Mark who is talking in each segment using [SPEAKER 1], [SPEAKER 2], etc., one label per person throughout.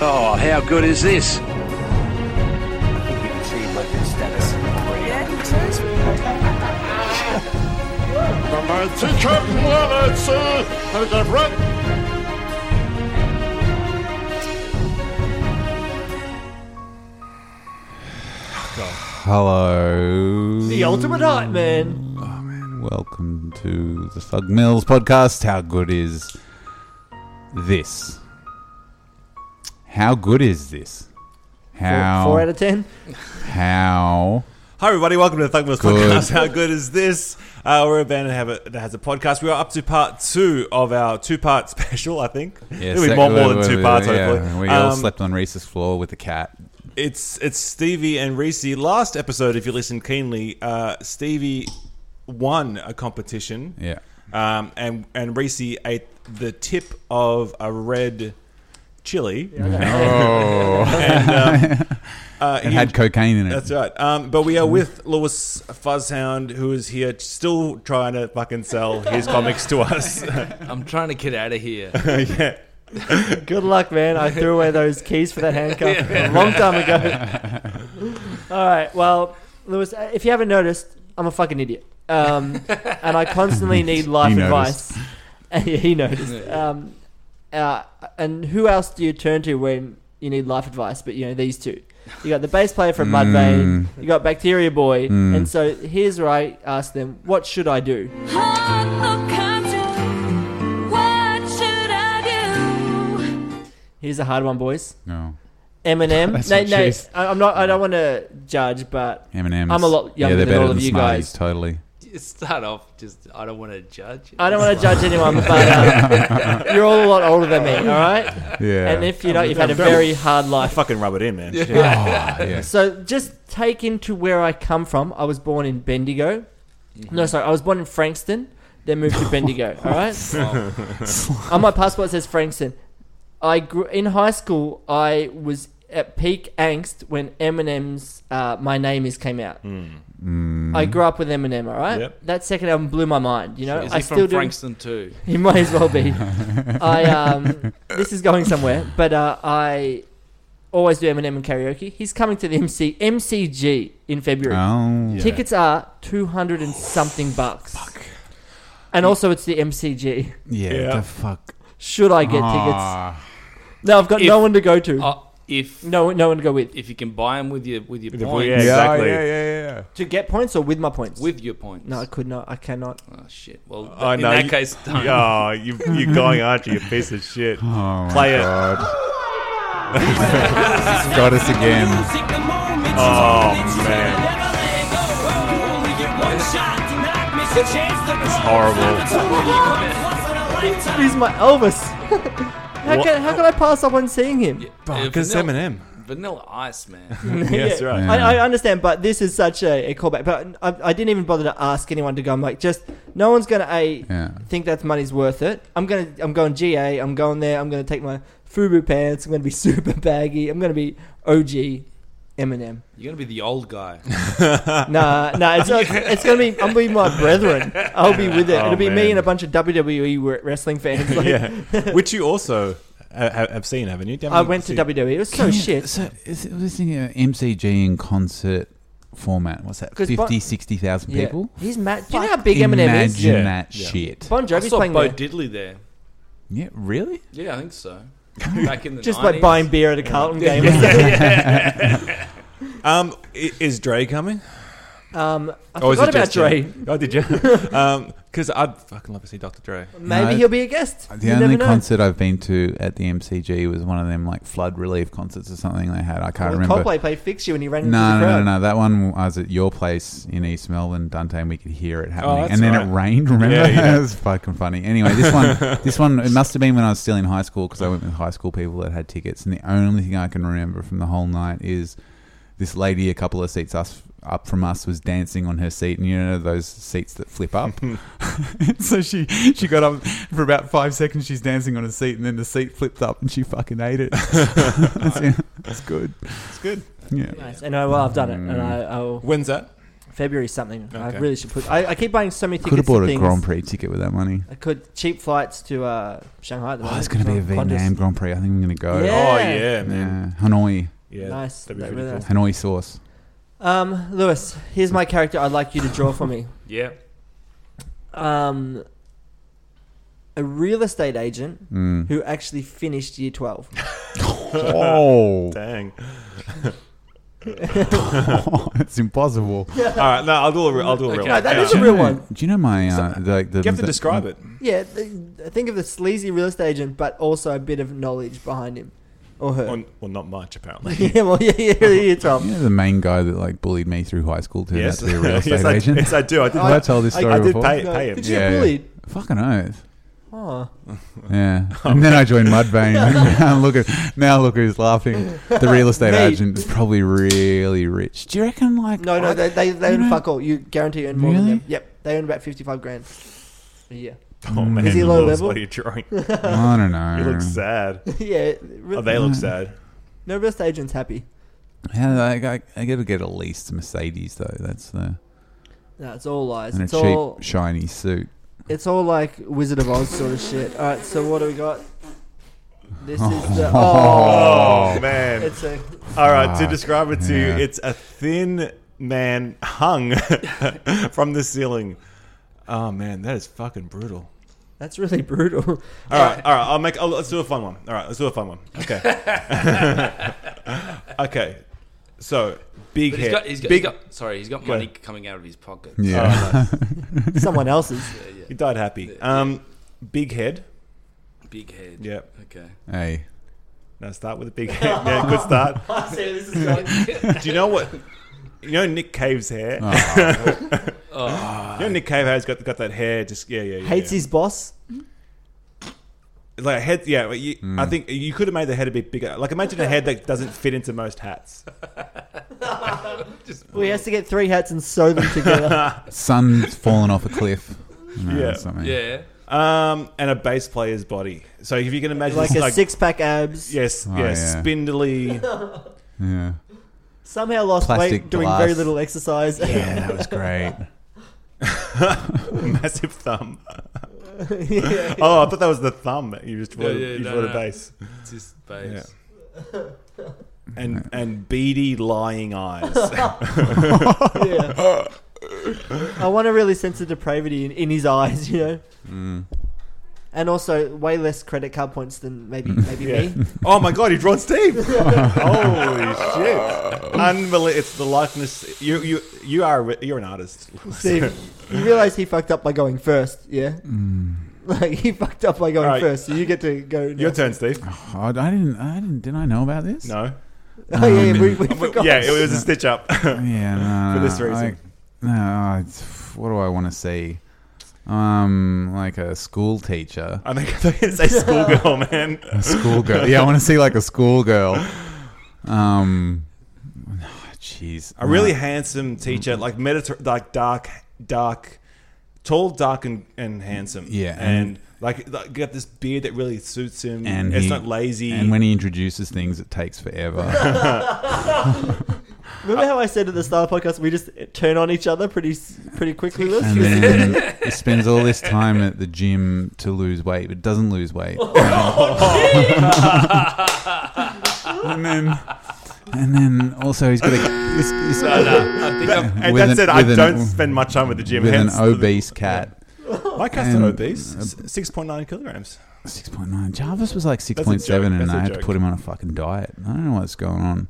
[SPEAKER 1] Oh, how good is this?
[SPEAKER 2] I think we've achieved Logan status already.
[SPEAKER 3] Hello. Oh,
[SPEAKER 4] The ultimate hype man.
[SPEAKER 3] Welcome to the Thug Mills podcast. How good is this? How good is this? How
[SPEAKER 4] Four out of ten.
[SPEAKER 3] how
[SPEAKER 5] Hi everybody, welcome to the Thug Mills
[SPEAKER 3] Good.
[SPEAKER 5] podcast. How good is this? Uh, we're a band that, have a, that has a podcast. We are up to part two of our two-part special. I think it'll be
[SPEAKER 3] sec-
[SPEAKER 5] more, more
[SPEAKER 3] we-
[SPEAKER 5] than
[SPEAKER 3] we-
[SPEAKER 5] two parts.
[SPEAKER 3] yeah,
[SPEAKER 5] Hopefully,
[SPEAKER 3] we all
[SPEAKER 5] Um,
[SPEAKER 3] slept on Reese's floor with the cat.
[SPEAKER 5] It's it's Stevie and Reese. Last episode, if you listened keenly, uh, Stevie won a competition.
[SPEAKER 3] Yeah,
[SPEAKER 5] Um, and and Reese ate the tip of a red chili. and um, uh,
[SPEAKER 3] it
[SPEAKER 5] he-
[SPEAKER 3] Oh. had cocaine in it.
[SPEAKER 5] That's right. Um, but we are with Lewis Fuzzhound, who is here still trying to fucking sell his comics to us.
[SPEAKER 6] I'm trying to get out of here.
[SPEAKER 5] yeah.
[SPEAKER 4] Good luck, man. I threw away those keys for that handcuff a long time ago. All right. Well, Lewis, if you haven't noticed, I'm a fucking idiot, um, and I constantly need life
[SPEAKER 3] He noticed.
[SPEAKER 4] advice. yeah, he noticed. Um, uh, and who else do you turn to when you need life advice? But you know these two. You got the bass player from
[SPEAKER 3] Mm.
[SPEAKER 4] Mudvayne. You got Bacteria Boy. And so here's where I ask them, "What should I do?"
[SPEAKER 7] Heart of content. What should I do?
[SPEAKER 4] Here's a hard one, boys.
[SPEAKER 3] No,
[SPEAKER 4] Eminem.
[SPEAKER 3] That's
[SPEAKER 4] no,
[SPEAKER 3] what
[SPEAKER 4] no,
[SPEAKER 3] she's-
[SPEAKER 4] I- I'm not. I don't want to judge, but
[SPEAKER 3] M&M's.
[SPEAKER 4] I'm a lot
[SPEAKER 3] yeah,
[SPEAKER 4] younger
[SPEAKER 3] they're
[SPEAKER 4] than
[SPEAKER 3] better
[SPEAKER 4] all of
[SPEAKER 3] than
[SPEAKER 4] you
[SPEAKER 3] Smarties,
[SPEAKER 4] guys.
[SPEAKER 3] Totally.
[SPEAKER 6] Just start off. Just I don't want to judge.
[SPEAKER 4] I don't want to judge anyone. But um, you're all a lot older than me. All right.
[SPEAKER 3] Yeah.
[SPEAKER 4] And if you know, you've had a very hard life.
[SPEAKER 5] Fucking rub it in, man.
[SPEAKER 3] oh, yeah.
[SPEAKER 4] So just take into where I come from. I was born in Bendigo.
[SPEAKER 6] Mm-hmm.
[SPEAKER 4] No, sorry, I was born in Frankston. Then moved to Bendigo. all right. On my passport it says Frankston. I grew in high school. I was at peak angst when Eminem's uh, "My Name Is" came out.
[SPEAKER 6] Mm.
[SPEAKER 4] I grew up with Eminem. All right,
[SPEAKER 5] Yep.
[SPEAKER 4] that second album blew my mind. You know,
[SPEAKER 6] Is
[SPEAKER 4] I
[SPEAKER 6] he
[SPEAKER 4] still
[SPEAKER 6] from
[SPEAKER 4] do.
[SPEAKER 6] Frankston too?
[SPEAKER 4] He might as well be. I um, this is going somewhere, but uh, I always do Eminem and karaoke. He's coming to the MC MCG in February.
[SPEAKER 3] Oh,
[SPEAKER 4] Tickets are two hundred and something bucks. And also, it's the MCG.
[SPEAKER 3] yeah.
[SPEAKER 5] Yeah.
[SPEAKER 3] The fuck.
[SPEAKER 4] Should I get tickets?
[SPEAKER 3] Ah,
[SPEAKER 4] No, I've got no
[SPEAKER 6] If-
[SPEAKER 4] one to go to.
[SPEAKER 6] Uh, if
[SPEAKER 4] no, no one to go with.
[SPEAKER 6] if you can buy them with your with your
[SPEAKER 5] The-
[SPEAKER 6] points,
[SPEAKER 5] yeah, exactly.
[SPEAKER 3] Yeah, yeah, yeah.
[SPEAKER 4] To get points or with my points?
[SPEAKER 6] with your points.
[SPEAKER 4] No, I could not. I cannot.
[SPEAKER 6] Oh shit. Well, th-
[SPEAKER 5] I
[SPEAKER 6] in
[SPEAKER 5] know,
[SPEAKER 6] that
[SPEAKER 5] you-
[SPEAKER 6] case, don't.
[SPEAKER 5] Oh, you, you're going, aren't you? You piece of shit.
[SPEAKER 3] Oh, my
[SPEAKER 5] Play it.
[SPEAKER 3] God. Got us again.
[SPEAKER 5] Oh, man. It's horrible.
[SPEAKER 4] He's my Elvis. how,
[SPEAKER 5] What-
[SPEAKER 4] can, how can I pass up on seeing him?
[SPEAKER 6] Uh,
[SPEAKER 5] Because
[SPEAKER 6] vanilla,
[SPEAKER 5] Eminem.
[SPEAKER 6] Vanilla Ice, man.
[SPEAKER 5] Yes,
[SPEAKER 4] Yeah.
[SPEAKER 5] right.
[SPEAKER 4] I, I understand, but this is such a, a callback. But I, I didn't even bother to ask anyone to go. I'm like, just no one's gonna a
[SPEAKER 3] Yeah.
[SPEAKER 4] think that money's worth it. I'm gonna, I'm going GA. I'm going there. I'm gonna take my FUBU pants. I'm gonna be super baggy. I'm gonna be OG Eminem.
[SPEAKER 6] You're gonna be the old guy. Ah.
[SPEAKER 4] Nah, nah, it's, it's, it's gonna be. I'm be my brethren. I'll be with it.
[SPEAKER 5] Oh,
[SPEAKER 4] It'll be
[SPEAKER 5] man.
[SPEAKER 4] me and a bunch of WWE w- E wrestling fans. Like,
[SPEAKER 5] yeah. Which you also ha- ha- have seen, haven't you?
[SPEAKER 4] I went to WWE. It was so shit.
[SPEAKER 3] So, is it uh, listening to MCG in concert format? What's that?
[SPEAKER 4] 'Cause
[SPEAKER 3] 50,
[SPEAKER 4] Bon-
[SPEAKER 3] 60,000
[SPEAKER 4] Yeah.
[SPEAKER 3] people?
[SPEAKER 4] He's mad. Do you know how big Eminem
[SPEAKER 3] Imagine
[SPEAKER 4] is?
[SPEAKER 5] Yeah.
[SPEAKER 3] that
[SPEAKER 5] Yeah.
[SPEAKER 3] shit.
[SPEAKER 4] Bon
[SPEAKER 6] I
[SPEAKER 4] Jovi's
[SPEAKER 6] saw
[SPEAKER 4] playing
[SPEAKER 6] Bo
[SPEAKER 4] there.
[SPEAKER 6] Diddley there.
[SPEAKER 3] Yeah, really?
[SPEAKER 6] Yeah, I think so. Back in the
[SPEAKER 4] just
[SPEAKER 6] 90s.
[SPEAKER 4] like buying beer at a Carlton game.
[SPEAKER 5] Um, i- is Dre coming?
[SPEAKER 4] Um, I
[SPEAKER 5] Or is
[SPEAKER 4] forgot
[SPEAKER 5] it
[SPEAKER 4] about
[SPEAKER 5] just you?
[SPEAKER 4] Dre.
[SPEAKER 5] Oh, did you? Because I'd fucking love to see Dr. Dre.
[SPEAKER 4] Maybe
[SPEAKER 3] No,
[SPEAKER 4] he'll be a guest.
[SPEAKER 3] The
[SPEAKER 4] you
[SPEAKER 3] only
[SPEAKER 4] never know.
[SPEAKER 3] concert I've been to at the MCG was one of them like flood relief concerts or something they had. I can't
[SPEAKER 4] Well,
[SPEAKER 3] remember.
[SPEAKER 4] Coldplay played "Fix You" and he ran into
[SPEAKER 3] No, no,
[SPEAKER 4] the
[SPEAKER 3] no,
[SPEAKER 4] crowd.
[SPEAKER 3] no. That one I was at your place in East Melbourne, Dante, and we could hear it happening.
[SPEAKER 5] that's
[SPEAKER 3] and then
[SPEAKER 5] right.
[SPEAKER 3] it rained. Remember,
[SPEAKER 5] Yeah, yeah.
[SPEAKER 3] it was fucking funny. Anyway, this one, this one, it must have been when I was still in high school because I went with high school people that had tickets. And the only thing I can remember from the whole night is this lady, a couple of seats us up from us, was dancing on her seat, and you know those seats that flip up. so she she got up for about five seconds. She's dancing on a seat, and then the seat flipped up, and she fucking ate it. That's, yeah, that's good. It's good. Yeah. Mm.
[SPEAKER 4] Nice. And I well, I've done it, and I, I'll
[SPEAKER 5] When's that?
[SPEAKER 4] February something. I
[SPEAKER 5] Okay.
[SPEAKER 4] really should put. I, I keep buying so many tickets.
[SPEAKER 3] Could have bought
[SPEAKER 4] to
[SPEAKER 3] a
[SPEAKER 4] things.
[SPEAKER 3] Grand Prix ticket with that money.
[SPEAKER 4] I could cheap flights to uh, Shanghai. at the
[SPEAKER 3] Oh,
[SPEAKER 4] moment,
[SPEAKER 3] it's going to be a
[SPEAKER 4] so Qantas.
[SPEAKER 3] Vietnam Grand Prix. I think I'm going to go.
[SPEAKER 4] Yeah.
[SPEAKER 5] Oh yeah, man.
[SPEAKER 3] Yeah. Hanoi.
[SPEAKER 5] Yeah.
[SPEAKER 4] Nice.
[SPEAKER 5] that'd be
[SPEAKER 4] That
[SPEAKER 5] pretty cool.
[SPEAKER 4] really nice.
[SPEAKER 3] Hanoi sauce.
[SPEAKER 4] Um, Lewis, here's my character. I'd like you to draw for me.
[SPEAKER 6] Yeah.
[SPEAKER 4] Um, a real estate agent
[SPEAKER 3] Mm.
[SPEAKER 4] who actually finished year twelve.
[SPEAKER 3] oh,
[SPEAKER 5] Dang.
[SPEAKER 3] it's impossible.
[SPEAKER 5] All right, no, I'll do a real. I'll do a real.
[SPEAKER 6] Okay.
[SPEAKER 4] No, that
[SPEAKER 5] Hang
[SPEAKER 4] is
[SPEAKER 5] on.
[SPEAKER 4] a
[SPEAKER 3] Do you
[SPEAKER 4] real
[SPEAKER 3] know-
[SPEAKER 4] one.
[SPEAKER 3] Do you know my uh, like the?
[SPEAKER 5] You have to
[SPEAKER 3] the-
[SPEAKER 5] describe it.
[SPEAKER 4] Yeah, th- think of the sleazy real estate agent, but also a bit of knowledge behind him or her.
[SPEAKER 5] Or, well, not much apparently.
[SPEAKER 4] yeah, well, yeah, yeah, yeah, Tom.
[SPEAKER 3] You know the main guy that like bullied me through high school turned
[SPEAKER 5] yes,
[SPEAKER 3] out to be a real estate
[SPEAKER 5] yes, I,
[SPEAKER 3] agent.
[SPEAKER 5] yes, I do. I did.
[SPEAKER 3] Have I told this
[SPEAKER 5] I-
[SPEAKER 3] story
[SPEAKER 5] I did
[SPEAKER 3] before?
[SPEAKER 5] pay,
[SPEAKER 4] No,
[SPEAKER 5] pay him.
[SPEAKER 4] did you
[SPEAKER 5] yeah.
[SPEAKER 3] Yeah.
[SPEAKER 4] get bullied?
[SPEAKER 3] Fucking oath.
[SPEAKER 4] Oh.
[SPEAKER 3] Yeah, and then I joined Mudvayne. now look at now look who's laughing. The real estate
[SPEAKER 4] Mate.
[SPEAKER 3] agent is probably really rich. Do you reckon? Like,
[SPEAKER 4] No, no, they, they, they
[SPEAKER 3] you
[SPEAKER 4] earn
[SPEAKER 3] know-
[SPEAKER 4] fuck all. You guarantee you earn more than
[SPEAKER 3] Really?
[SPEAKER 4] them. Yep, they earn about 55 grand a year.
[SPEAKER 5] Oh man,
[SPEAKER 3] Mm.
[SPEAKER 4] Is he low
[SPEAKER 5] Lewis,
[SPEAKER 4] level?
[SPEAKER 5] What are you drawing?
[SPEAKER 3] I don't know.
[SPEAKER 5] You look sad.
[SPEAKER 4] yeah,
[SPEAKER 5] Oh,
[SPEAKER 4] real,
[SPEAKER 5] they look sad.
[SPEAKER 4] no real estate agent's happy.
[SPEAKER 3] Yeah, I, I, I gotta get at least a Mercedes though. That's the
[SPEAKER 4] No, it's all lies.
[SPEAKER 3] and a
[SPEAKER 4] It's
[SPEAKER 3] cheap
[SPEAKER 4] all,
[SPEAKER 3] shiny suit.
[SPEAKER 4] it's all like Wizard of Oz sort of shit. All right, so what do we got? This is the. Oh!
[SPEAKER 5] Oh man.
[SPEAKER 4] It's a,
[SPEAKER 5] All right, to
[SPEAKER 3] Fuck,
[SPEAKER 5] describe it to you,
[SPEAKER 3] yeah.
[SPEAKER 5] it's a thin man hung from the ceiling. Oh man, that is fucking brutal.
[SPEAKER 4] that's really brutal.
[SPEAKER 5] All right, all right. I'll make. I'll, let's do a fun one. All right, let's do a fun one. Okay. okay. So big
[SPEAKER 6] But
[SPEAKER 5] hair.
[SPEAKER 6] he's got, he's got,
[SPEAKER 5] big.
[SPEAKER 6] he's got, sorry, he's got
[SPEAKER 5] Go
[SPEAKER 6] money
[SPEAKER 5] ahead.
[SPEAKER 6] coming out of his pocket.
[SPEAKER 5] Oh,
[SPEAKER 3] Yeah,
[SPEAKER 4] Someone else's.
[SPEAKER 6] Yeah,
[SPEAKER 5] He
[SPEAKER 6] yeah.
[SPEAKER 5] died happy. Um, big head.
[SPEAKER 6] Big head.
[SPEAKER 5] Yeah.
[SPEAKER 6] Okay.
[SPEAKER 3] hey,
[SPEAKER 5] Now start with a big head. Yeah, good start.
[SPEAKER 4] I see this is going.
[SPEAKER 5] Do you know what? You know Nick Cave's hair.
[SPEAKER 3] Oh.
[SPEAKER 5] you know Nick Cave has got got that hair. Just yeah, yeah. yeah
[SPEAKER 4] Hates
[SPEAKER 5] yeah.
[SPEAKER 4] his boss.
[SPEAKER 5] like a head. Yeah, but you, I
[SPEAKER 3] Mm.
[SPEAKER 5] think you could have made the head a bit bigger. Like imagine a head that doesn't fit into most hats.
[SPEAKER 4] Well, he has to get three hats and sew them together.
[SPEAKER 3] sun's fallen off a cliff. No,
[SPEAKER 5] Yeah.
[SPEAKER 3] that's not me.
[SPEAKER 6] Yeah.
[SPEAKER 5] Um, and a bass player's body. So if you can imagine,
[SPEAKER 4] like
[SPEAKER 5] this,
[SPEAKER 4] a six pack abs.
[SPEAKER 5] Yes,
[SPEAKER 3] Oh,
[SPEAKER 5] yeah,
[SPEAKER 3] yeah.
[SPEAKER 5] spindly.
[SPEAKER 3] yeah,
[SPEAKER 4] Somehow lost
[SPEAKER 3] Plastic
[SPEAKER 4] weight doing
[SPEAKER 3] glass.
[SPEAKER 4] very little exercise.
[SPEAKER 3] yeah, that was great.
[SPEAKER 5] massive thumb.
[SPEAKER 4] Yeah.
[SPEAKER 5] Oh, I thought that was the thumb. that You just
[SPEAKER 6] Yeah,
[SPEAKER 5] wrote,
[SPEAKER 6] yeah,
[SPEAKER 5] you
[SPEAKER 6] no,
[SPEAKER 5] wrote a
[SPEAKER 6] no.
[SPEAKER 5] bass.
[SPEAKER 6] It's just base.
[SPEAKER 5] Yeah. And and beady lying eyes.
[SPEAKER 4] Yeah. I want to really sense the depravity in, in his eyes, you know.
[SPEAKER 3] Mm.
[SPEAKER 4] And also, way less credit card points than maybe maybe
[SPEAKER 5] Yeah.
[SPEAKER 4] me.
[SPEAKER 5] oh my god, he drawn Steve. Holy shit! Unbelievable. It's the likeness. You you you are a- you're an artist.
[SPEAKER 4] Steve, you realize he fucked up by going first, yeah?
[SPEAKER 3] Mm.
[SPEAKER 4] Like he fucked up by going
[SPEAKER 5] All right.
[SPEAKER 4] first, so you get to go.
[SPEAKER 5] Your
[SPEAKER 4] next.
[SPEAKER 5] turn, Steve.
[SPEAKER 3] Oh, I didn't. I didn't. Didn't I know about this?
[SPEAKER 5] No.
[SPEAKER 4] Oh yeah,
[SPEAKER 3] Um,
[SPEAKER 4] we, we forgot.
[SPEAKER 5] Yeah, it was a stitch up.
[SPEAKER 3] Yeah, no,
[SPEAKER 5] For
[SPEAKER 3] no,
[SPEAKER 5] this
[SPEAKER 3] no,
[SPEAKER 5] reason.
[SPEAKER 3] like- no, it's, what do I want to see? Um, like a school teacher,
[SPEAKER 5] I think I thought you say schoolgirl, man.
[SPEAKER 3] a schoolgirl. yeah, I want to see like a schoolgirl. Um, no, jeez, Uh,
[SPEAKER 5] A really
[SPEAKER 3] No.
[SPEAKER 5] handsome teacher, like mediter- like dark, dark, tall, dark, and, and handsome.
[SPEAKER 3] Yeah,
[SPEAKER 5] and,
[SPEAKER 3] and-
[SPEAKER 5] like, like got this beard that really suits him.
[SPEAKER 3] And
[SPEAKER 5] it's
[SPEAKER 3] he-
[SPEAKER 5] not lazy.
[SPEAKER 3] And when he introduces things, it takes forever.
[SPEAKER 5] Oh,
[SPEAKER 4] Remember how I said at the start of the podcast we just turn on each other pretty s- pretty quickly, Liz?
[SPEAKER 3] and then he spends all this time at the gym to lose weight, but doesn't lose weight.
[SPEAKER 5] Oh,
[SPEAKER 3] and then, and then also he's got a, this, this,
[SPEAKER 6] No, no. I think I'm,
[SPEAKER 5] and
[SPEAKER 3] with
[SPEAKER 5] that's
[SPEAKER 3] an-
[SPEAKER 5] it. I
[SPEAKER 3] with an-
[SPEAKER 5] don't spend much time with the gym.
[SPEAKER 3] with an
[SPEAKER 5] hence the-
[SPEAKER 3] obese cat.
[SPEAKER 5] my cat's not
[SPEAKER 3] and- uh,
[SPEAKER 5] obese. Six point nine kilograms.
[SPEAKER 3] Six point nine. Jarvis was like six
[SPEAKER 5] That's a
[SPEAKER 3] point seven,
[SPEAKER 5] joke.
[SPEAKER 3] and
[SPEAKER 5] That's a
[SPEAKER 3] I had to
[SPEAKER 5] joke.
[SPEAKER 3] put him on a fucking diet. I don't know what's going on,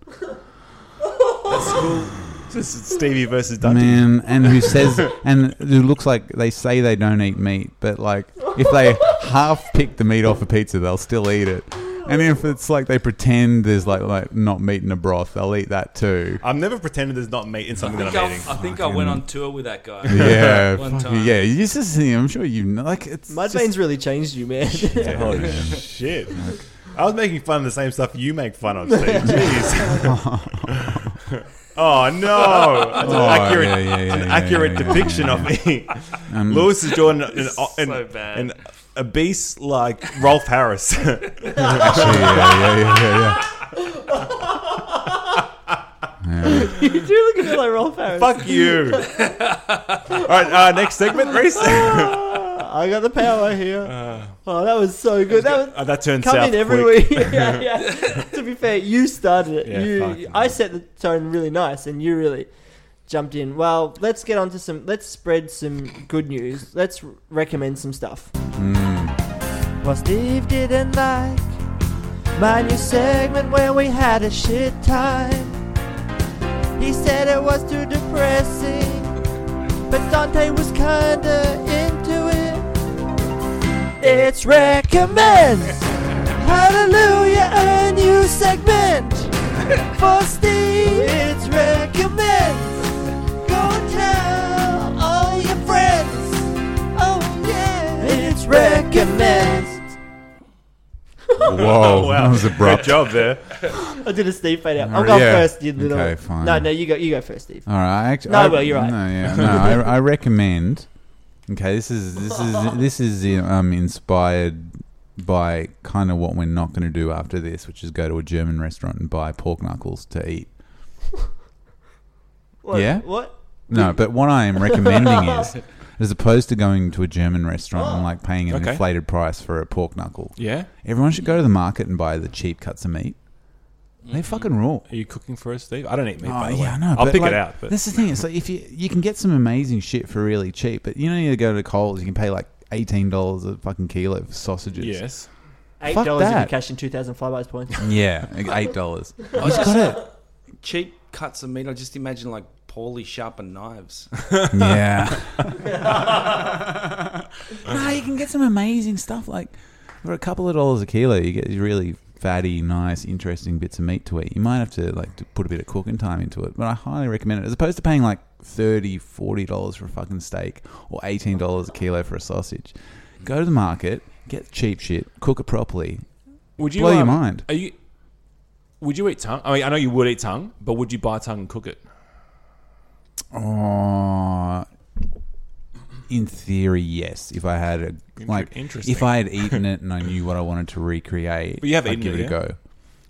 [SPEAKER 5] This is Stevie versus Dundee.
[SPEAKER 3] man. And who says and who looks like they say they don't eat meat, but like if they half pick the meat off a pizza, they'll still eat it. And if it's like they pretend there's like like not meat in a broth, they'll eat that too.
[SPEAKER 5] I've never pretended there's not meat in something
[SPEAKER 6] I
[SPEAKER 5] that
[SPEAKER 6] think,
[SPEAKER 5] I'm
[SPEAKER 6] I,
[SPEAKER 5] eating.
[SPEAKER 6] I think I went on tour with that guy.
[SPEAKER 3] Yeah,
[SPEAKER 6] One
[SPEAKER 3] fuck
[SPEAKER 6] time.
[SPEAKER 3] yeah. You just see, I'm sure you know. Like it's
[SPEAKER 4] Mudvayne's
[SPEAKER 3] just-
[SPEAKER 4] really changed you, man.
[SPEAKER 5] Yeah, holy shit! I was making fun of the same stuff you make fun of. Steve. Jeez. oh no! That's
[SPEAKER 3] Oh,
[SPEAKER 5] an accurate,
[SPEAKER 3] yeah, yeah, yeah,
[SPEAKER 5] an
[SPEAKER 3] yeah,
[SPEAKER 5] accurate
[SPEAKER 3] yeah, yeah,
[SPEAKER 5] depiction
[SPEAKER 3] yeah.
[SPEAKER 5] of me.
[SPEAKER 3] Um,
[SPEAKER 5] Lewis is doing an, an, an,
[SPEAKER 6] so bad.
[SPEAKER 5] an obese like Rolf Harris.
[SPEAKER 3] actually, yeah, yeah, yeah, yeah, yeah. Yeah.
[SPEAKER 4] you do look a bit like Rolf Harris.
[SPEAKER 5] Fuck you. All right, uh, next segment, Reese. Uh,
[SPEAKER 4] Ah, I got the power here. Oh, that was so good. That was
[SPEAKER 5] Uh, that turns
[SPEAKER 4] come
[SPEAKER 5] south
[SPEAKER 4] in every
[SPEAKER 5] quick.
[SPEAKER 4] week. yeah, yeah. to be fair, you started it.
[SPEAKER 5] Yeah,
[SPEAKER 4] you,
[SPEAKER 5] fucking
[SPEAKER 4] I set the tone really nice, and you really jumped in. Well, let's get on to some. Let's spread some good news. Let's r- recommend some stuff.
[SPEAKER 5] Hmm.
[SPEAKER 4] What Steve didn't like. My new segment where we had a shit time. He said it was too depressing, but Dante was kinda into it. It's recommends. Hallelujah, a new segment for Steve. It's recommends. Go tell all your friends. Oh yeah, it's recommends.
[SPEAKER 3] Whoa, that was
[SPEAKER 5] Great
[SPEAKER 3] abrupt.
[SPEAKER 5] job there.
[SPEAKER 4] I Oh, did a Steve fade out.
[SPEAKER 3] All
[SPEAKER 4] I'm
[SPEAKER 3] right,
[SPEAKER 4] going
[SPEAKER 3] yeah.
[SPEAKER 4] first. You little.
[SPEAKER 3] Okay, fine.
[SPEAKER 4] No, no, you go. You go first, Steve.
[SPEAKER 3] All right, actually,
[SPEAKER 4] No,
[SPEAKER 3] I,
[SPEAKER 4] well, you're right.
[SPEAKER 3] No, yeah, no, I, I recommend. Okay, this is this is this is um inspired by kind of what we're not going to do after this, which is go to a German restaurant and buy pork knuckles to eat.
[SPEAKER 4] What,
[SPEAKER 3] Yeah?
[SPEAKER 4] What?
[SPEAKER 3] No, but what I am recommending is, as opposed to going to a German restaurant and like paying an
[SPEAKER 5] Okay.
[SPEAKER 3] inflated price for a pork knuckle,
[SPEAKER 5] Yeah.
[SPEAKER 3] everyone should go to the market and buy the cheap cuts of meat.
[SPEAKER 4] Mm-hmm.
[SPEAKER 3] They fucking rule.
[SPEAKER 5] Are you cooking for us, Steve? I don't eat meat.
[SPEAKER 3] Oh
[SPEAKER 5] by the
[SPEAKER 3] yeah, I
[SPEAKER 5] way.
[SPEAKER 3] know.
[SPEAKER 5] I'll
[SPEAKER 3] but,
[SPEAKER 5] pick
[SPEAKER 3] like,
[SPEAKER 5] it out. But
[SPEAKER 3] that's the thing. It's like if you you can get some amazing shit for really cheap, but you know you go to Coles, you can pay like eighteen dollars a fucking kilo for sausages.
[SPEAKER 5] yes,
[SPEAKER 4] Eight
[SPEAKER 3] Fuck
[SPEAKER 4] dollars if you
[SPEAKER 3] that.
[SPEAKER 4] cash in two thousand flybys points.
[SPEAKER 3] yeah, like eight dollars. I just got it.
[SPEAKER 6] Cheap cuts of meat. I just imagine like poorly sharpened knives.
[SPEAKER 3] Yeah. no, you can get some amazing stuff like for a couple of dollars a kilo. You get these really fatty, nice, interesting bits of meat to eat. You might have to like to put a bit of cooking time into it, but I highly recommend it. As opposed to paying like 30 dollars for a fucking steak or eighteen dollars a kilo for a sausage, go to the market, get cheap shit, cook it properly.
[SPEAKER 5] would you
[SPEAKER 3] Blow your
[SPEAKER 5] um,
[SPEAKER 3] mind.
[SPEAKER 5] Are you? Would you eat tongue? I mean, I know you would eat tongue, but would you buy tongue and cook it?
[SPEAKER 3] Oh, in theory, yes. If I had a
[SPEAKER 5] Inter-
[SPEAKER 3] like,
[SPEAKER 5] interesting.
[SPEAKER 3] if I had eaten it and I knew what I wanted to recreate,
[SPEAKER 5] But you have
[SPEAKER 3] I'd
[SPEAKER 5] eaten
[SPEAKER 3] give
[SPEAKER 5] it,
[SPEAKER 3] it,
[SPEAKER 5] yeah?
[SPEAKER 3] a go.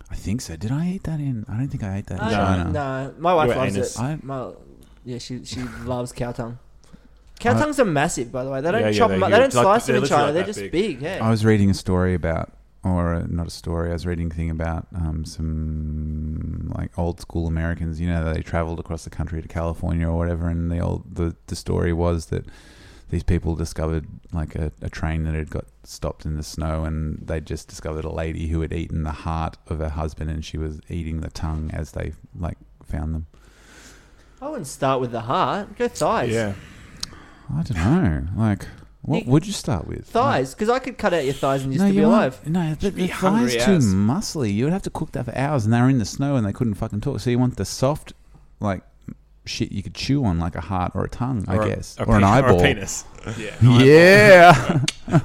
[SPEAKER 3] I think so. Did I eat that in? I don't think I ate that in
[SPEAKER 4] No,
[SPEAKER 3] China.
[SPEAKER 4] Uh, no, my wife
[SPEAKER 5] Your
[SPEAKER 4] loves
[SPEAKER 5] anus.
[SPEAKER 4] it.
[SPEAKER 3] I-
[SPEAKER 4] My, yeah, she she loves cow tongue. Cow tongues are massive, by the way. They don't
[SPEAKER 5] Uh, Yeah, yeah,
[SPEAKER 4] chop
[SPEAKER 5] they're
[SPEAKER 4] them. up. They don't
[SPEAKER 5] huge. Like,
[SPEAKER 4] slice
[SPEAKER 5] they're
[SPEAKER 4] them in
[SPEAKER 5] literally
[SPEAKER 4] China.
[SPEAKER 5] like
[SPEAKER 4] they're
[SPEAKER 5] that
[SPEAKER 4] just big.
[SPEAKER 5] big.
[SPEAKER 3] I
[SPEAKER 4] yeah.
[SPEAKER 3] was reading a story about, or uh, not a story. I was reading a thing about um, some like old school Americans. You know, they traveled across the country to California or whatever, and the old the, the story was that these people discovered like a, a train that had got stopped in the snow, and they just discovered a lady who had eaten the heart of her husband, and she was eating the tongue as they like found them.
[SPEAKER 4] I wouldn't start with the heart. Go thighs.
[SPEAKER 3] I don't know, like. What
[SPEAKER 4] You-
[SPEAKER 3] would you start with?
[SPEAKER 4] Thighs, because I could cut out your thighs and you still be
[SPEAKER 3] you
[SPEAKER 4] alive.
[SPEAKER 3] want- No, but the
[SPEAKER 6] hungry
[SPEAKER 3] thighs too
[SPEAKER 6] as.
[SPEAKER 3] muscly. You would have to cook that for hours, and they were in the snow and they couldn't fucking talk. So you want the soft, like shit you could chew on, like a heart or a tongue,
[SPEAKER 5] Or
[SPEAKER 3] I
[SPEAKER 5] a-
[SPEAKER 3] guess,
[SPEAKER 5] a
[SPEAKER 3] or, an
[SPEAKER 5] pe-
[SPEAKER 3] eyeball.
[SPEAKER 5] or a penis.
[SPEAKER 3] Yeah,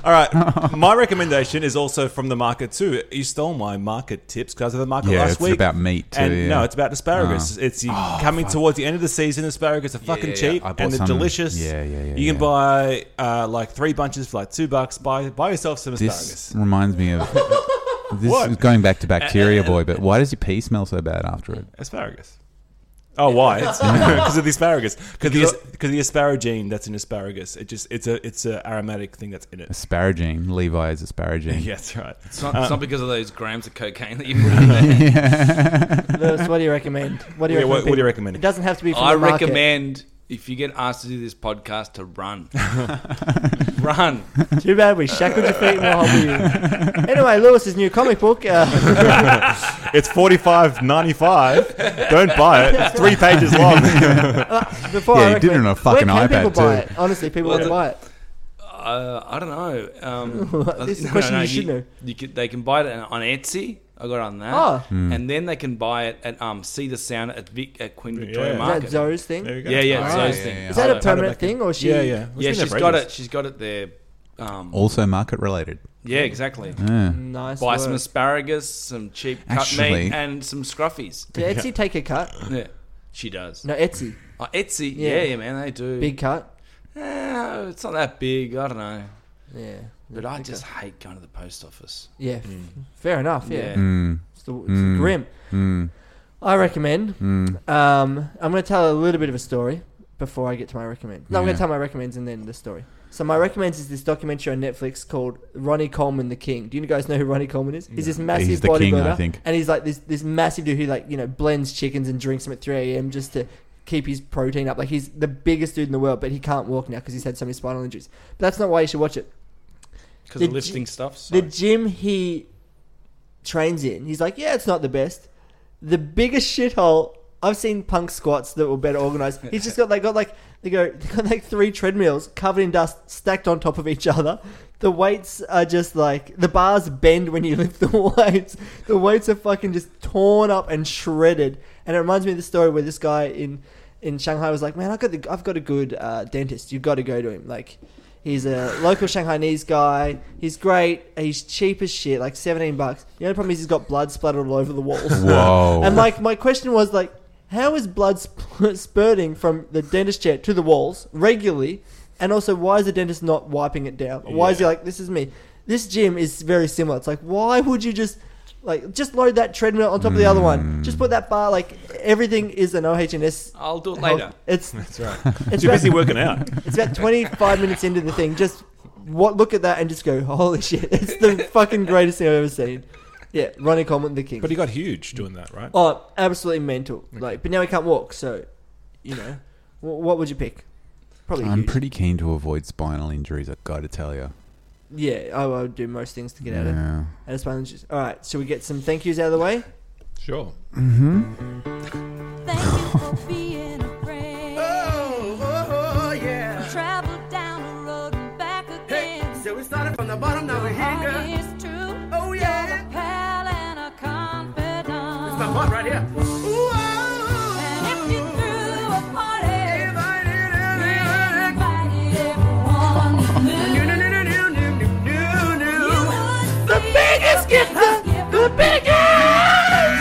[SPEAKER 5] All right, my recommendation is also from the market too. You stole my market tips because of the market
[SPEAKER 3] yeah.
[SPEAKER 5] last
[SPEAKER 3] It's
[SPEAKER 5] week.
[SPEAKER 3] about meat too.
[SPEAKER 5] and
[SPEAKER 3] yeah. Ah. Oh,
[SPEAKER 5] no, it's about asparagus. It's you coming towards the end of the season. Asparagus are
[SPEAKER 6] yeah,
[SPEAKER 5] fucking
[SPEAKER 6] yeah.
[SPEAKER 5] cheap
[SPEAKER 3] I bought
[SPEAKER 5] and they're
[SPEAKER 3] some-
[SPEAKER 5] delicious.
[SPEAKER 3] yeah, yeah, yeah,
[SPEAKER 5] You can
[SPEAKER 3] yeah.
[SPEAKER 5] buy uh, like three bunches for like two bucks. Buy buy yourself some
[SPEAKER 3] this
[SPEAKER 5] asparagus.
[SPEAKER 3] reminds me of this
[SPEAKER 5] What?
[SPEAKER 3] is going back to bacteria boy. But why does your pee smell so bad after it?
[SPEAKER 5] Asparagus. Oh, why? Because of the asparagus. Because the as- 'cause the asparagine that's in asparagus. It just it's a it's a aromatic thing that's in it.
[SPEAKER 3] Asparagine. Levi is asparagine.
[SPEAKER 5] Yeah, that's right.
[SPEAKER 6] It's not, it's not because of those grams of cocaine that you put in there.
[SPEAKER 4] Lewis, what do you recommend? What do you
[SPEAKER 5] Yeah, what- what
[SPEAKER 4] recommend?
[SPEAKER 5] do you
[SPEAKER 4] people-
[SPEAKER 5] recommend?
[SPEAKER 4] It doesn't have to be from
[SPEAKER 6] I
[SPEAKER 4] the market.
[SPEAKER 6] recommend if you get asked to do this podcast to run. run.
[SPEAKER 4] Too bad we shackled your feet and we'll hobble you. Anyway, Lewis's new comic book. Uh,
[SPEAKER 5] It's forty five ninety five. Don't buy it. It's three pages long.
[SPEAKER 4] uh, before
[SPEAKER 3] Yeah, he
[SPEAKER 4] I
[SPEAKER 3] did it on
[SPEAKER 4] recommend-
[SPEAKER 3] a fucking
[SPEAKER 4] Where can
[SPEAKER 3] iPad
[SPEAKER 4] people buy
[SPEAKER 3] too.
[SPEAKER 4] it? Honestly, people
[SPEAKER 6] Well,
[SPEAKER 4] want to
[SPEAKER 6] the-
[SPEAKER 4] buy it.
[SPEAKER 6] Uh, I don't know. Um,
[SPEAKER 4] This is a question you should know.
[SPEAKER 6] you can- they can buy it on Etsy. I got it on that.
[SPEAKER 4] Oh.
[SPEAKER 6] And then they can buy it at um, See the Sound at, Vic, at Queen Victoria
[SPEAKER 5] Yeah.
[SPEAKER 4] Is that
[SPEAKER 6] Market.
[SPEAKER 4] Zoe's thing?
[SPEAKER 5] There you go.
[SPEAKER 6] yeah, yeah,
[SPEAKER 5] All
[SPEAKER 6] it's
[SPEAKER 5] right.
[SPEAKER 6] those
[SPEAKER 3] Yeah,
[SPEAKER 6] things.
[SPEAKER 3] yeah,
[SPEAKER 4] Is that a
[SPEAKER 6] So-
[SPEAKER 4] permanent thing or she?
[SPEAKER 5] Yeah, yeah.
[SPEAKER 6] Yeah,
[SPEAKER 5] It's been
[SPEAKER 6] she's
[SPEAKER 5] there for
[SPEAKER 6] got
[SPEAKER 5] ages.
[SPEAKER 6] it. She's got it there.
[SPEAKER 4] Oh.
[SPEAKER 6] Um,
[SPEAKER 3] Also market related.
[SPEAKER 6] yeah, exactly.
[SPEAKER 3] Yeah.
[SPEAKER 4] Nice.
[SPEAKER 6] Buy some
[SPEAKER 4] work.
[SPEAKER 6] asparagus, some cheap cut
[SPEAKER 3] Actually-
[SPEAKER 6] meat, and some scruffies.
[SPEAKER 4] Did Etsy take a cut?
[SPEAKER 6] Yeah, she does.
[SPEAKER 4] No, Etsy.
[SPEAKER 6] Oh, Etsy,
[SPEAKER 4] Yeah.
[SPEAKER 6] yeah. yeah, man, they do.
[SPEAKER 4] Big cut.
[SPEAKER 6] Eh, it's not that big. I don't know,
[SPEAKER 4] Yeah.
[SPEAKER 6] but I just hate going to the post office.
[SPEAKER 4] Yeah. f- Fair enough. Yeah.
[SPEAKER 6] Yeah.
[SPEAKER 3] Mm,
[SPEAKER 4] It's, the, it's
[SPEAKER 3] Mm.
[SPEAKER 4] grim.
[SPEAKER 3] mm.
[SPEAKER 4] I recommend.
[SPEAKER 3] Mm.
[SPEAKER 4] Um, I'm going to tell a little bit of a story before I get to my recommend. No, I'm going
[SPEAKER 3] Yeah.
[SPEAKER 4] to tell my recommends and then the story. So my recommends is this documentary on Netflix called Ronnie Coleman the King. Do you guys know who Ronnie Coleman is? He's this massive
[SPEAKER 3] He's the
[SPEAKER 4] bodybuilder,
[SPEAKER 3] king, I think.
[SPEAKER 4] and he's like this this massive dude who like you know blends chickens and drinks them at 3 a.m. just to keep his protein up. Like he's the biggest dude in the world, but he can't walk now because he's had so many spinal injuries. But that's not why you should watch it.
[SPEAKER 6] Because
[SPEAKER 4] The
[SPEAKER 6] of
[SPEAKER 4] g-
[SPEAKER 6] lifting stuff.
[SPEAKER 4] The
[SPEAKER 6] Sorry.
[SPEAKER 4] gym he trains in, he's like, yeah, it's not the best. The biggest shithole. I've seen punk squats that were better organized. He's just got they got like they go they got like three treadmills covered in dust stacked on top of each other. The weights are just like the bars bend when you lift the weights. The weights are fucking just torn up and shredded. And it reminds me of the story where this guy in in Shanghai was like, "Man, I got the I've got a good uh, dentist. You've got to go to him." Like He's a local Shanghainese guy. He's great. He's cheap as shit, like 17 bucks. The only problem is he's got blood splattered all over the walls.
[SPEAKER 3] Whoa.
[SPEAKER 5] Oh.
[SPEAKER 4] And like my question was like, how is blood sp- spurting from the dentist chair to the walls regularly? And also, why is the dentist not wiping it down? Why is he
[SPEAKER 5] Yeah.
[SPEAKER 4] like, this is me? This gym is very similar. It's like, why would you just like just load that treadmill on top of the other
[SPEAKER 5] Mm.
[SPEAKER 4] one? Just put that bar. Like everything is an OHS.
[SPEAKER 6] I'll do it
[SPEAKER 4] health-
[SPEAKER 6] later.
[SPEAKER 4] It's
[SPEAKER 5] That's right.
[SPEAKER 4] it's
[SPEAKER 5] Too
[SPEAKER 4] about-
[SPEAKER 5] busy working out.
[SPEAKER 4] it's about 25 minutes into the thing. Just what, look at that and just go, holy shit. It's the fucking greatest thing I've ever seen. Yeah, Ronnie Coleman, the king.
[SPEAKER 5] But he got huge doing that, right?
[SPEAKER 4] oh, absolutely mental. Like, but now he can't walk, so, you know, wh- what would you pick? Probably
[SPEAKER 3] I'm
[SPEAKER 4] huge.
[SPEAKER 3] pretty keen to avoid spinal injuries. I've got to tell you.
[SPEAKER 4] Yeah, I would do most things to get out of out
[SPEAKER 3] Yeah.
[SPEAKER 4] of spinal injuries. All right, shall we get some thank yous out of the way?
[SPEAKER 5] Sure.
[SPEAKER 7] Thank you for being a friend.
[SPEAKER 1] Oh, oh, oh, yeah.
[SPEAKER 7] Traveled down the road and back
[SPEAKER 1] Hey,
[SPEAKER 7] again.
[SPEAKER 1] so we started from the bottom, now we're here,
[SPEAKER 7] Heart
[SPEAKER 1] girl.
[SPEAKER 7] is true.
[SPEAKER 1] Oh, yeah.
[SPEAKER 7] Pal and a
[SPEAKER 1] It's my
[SPEAKER 7] confidant.
[SPEAKER 1] heart right here. Ooh, oh,
[SPEAKER 7] And if you threw a party,
[SPEAKER 1] invited
[SPEAKER 7] invited everyone you knew.
[SPEAKER 1] it. New, new, new, new, new, new, new,
[SPEAKER 7] You
[SPEAKER 1] new.
[SPEAKER 7] would
[SPEAKER 1] The
[SPEAKER 7] see
[SPEAKER 1] biggest gift, the, the biggest!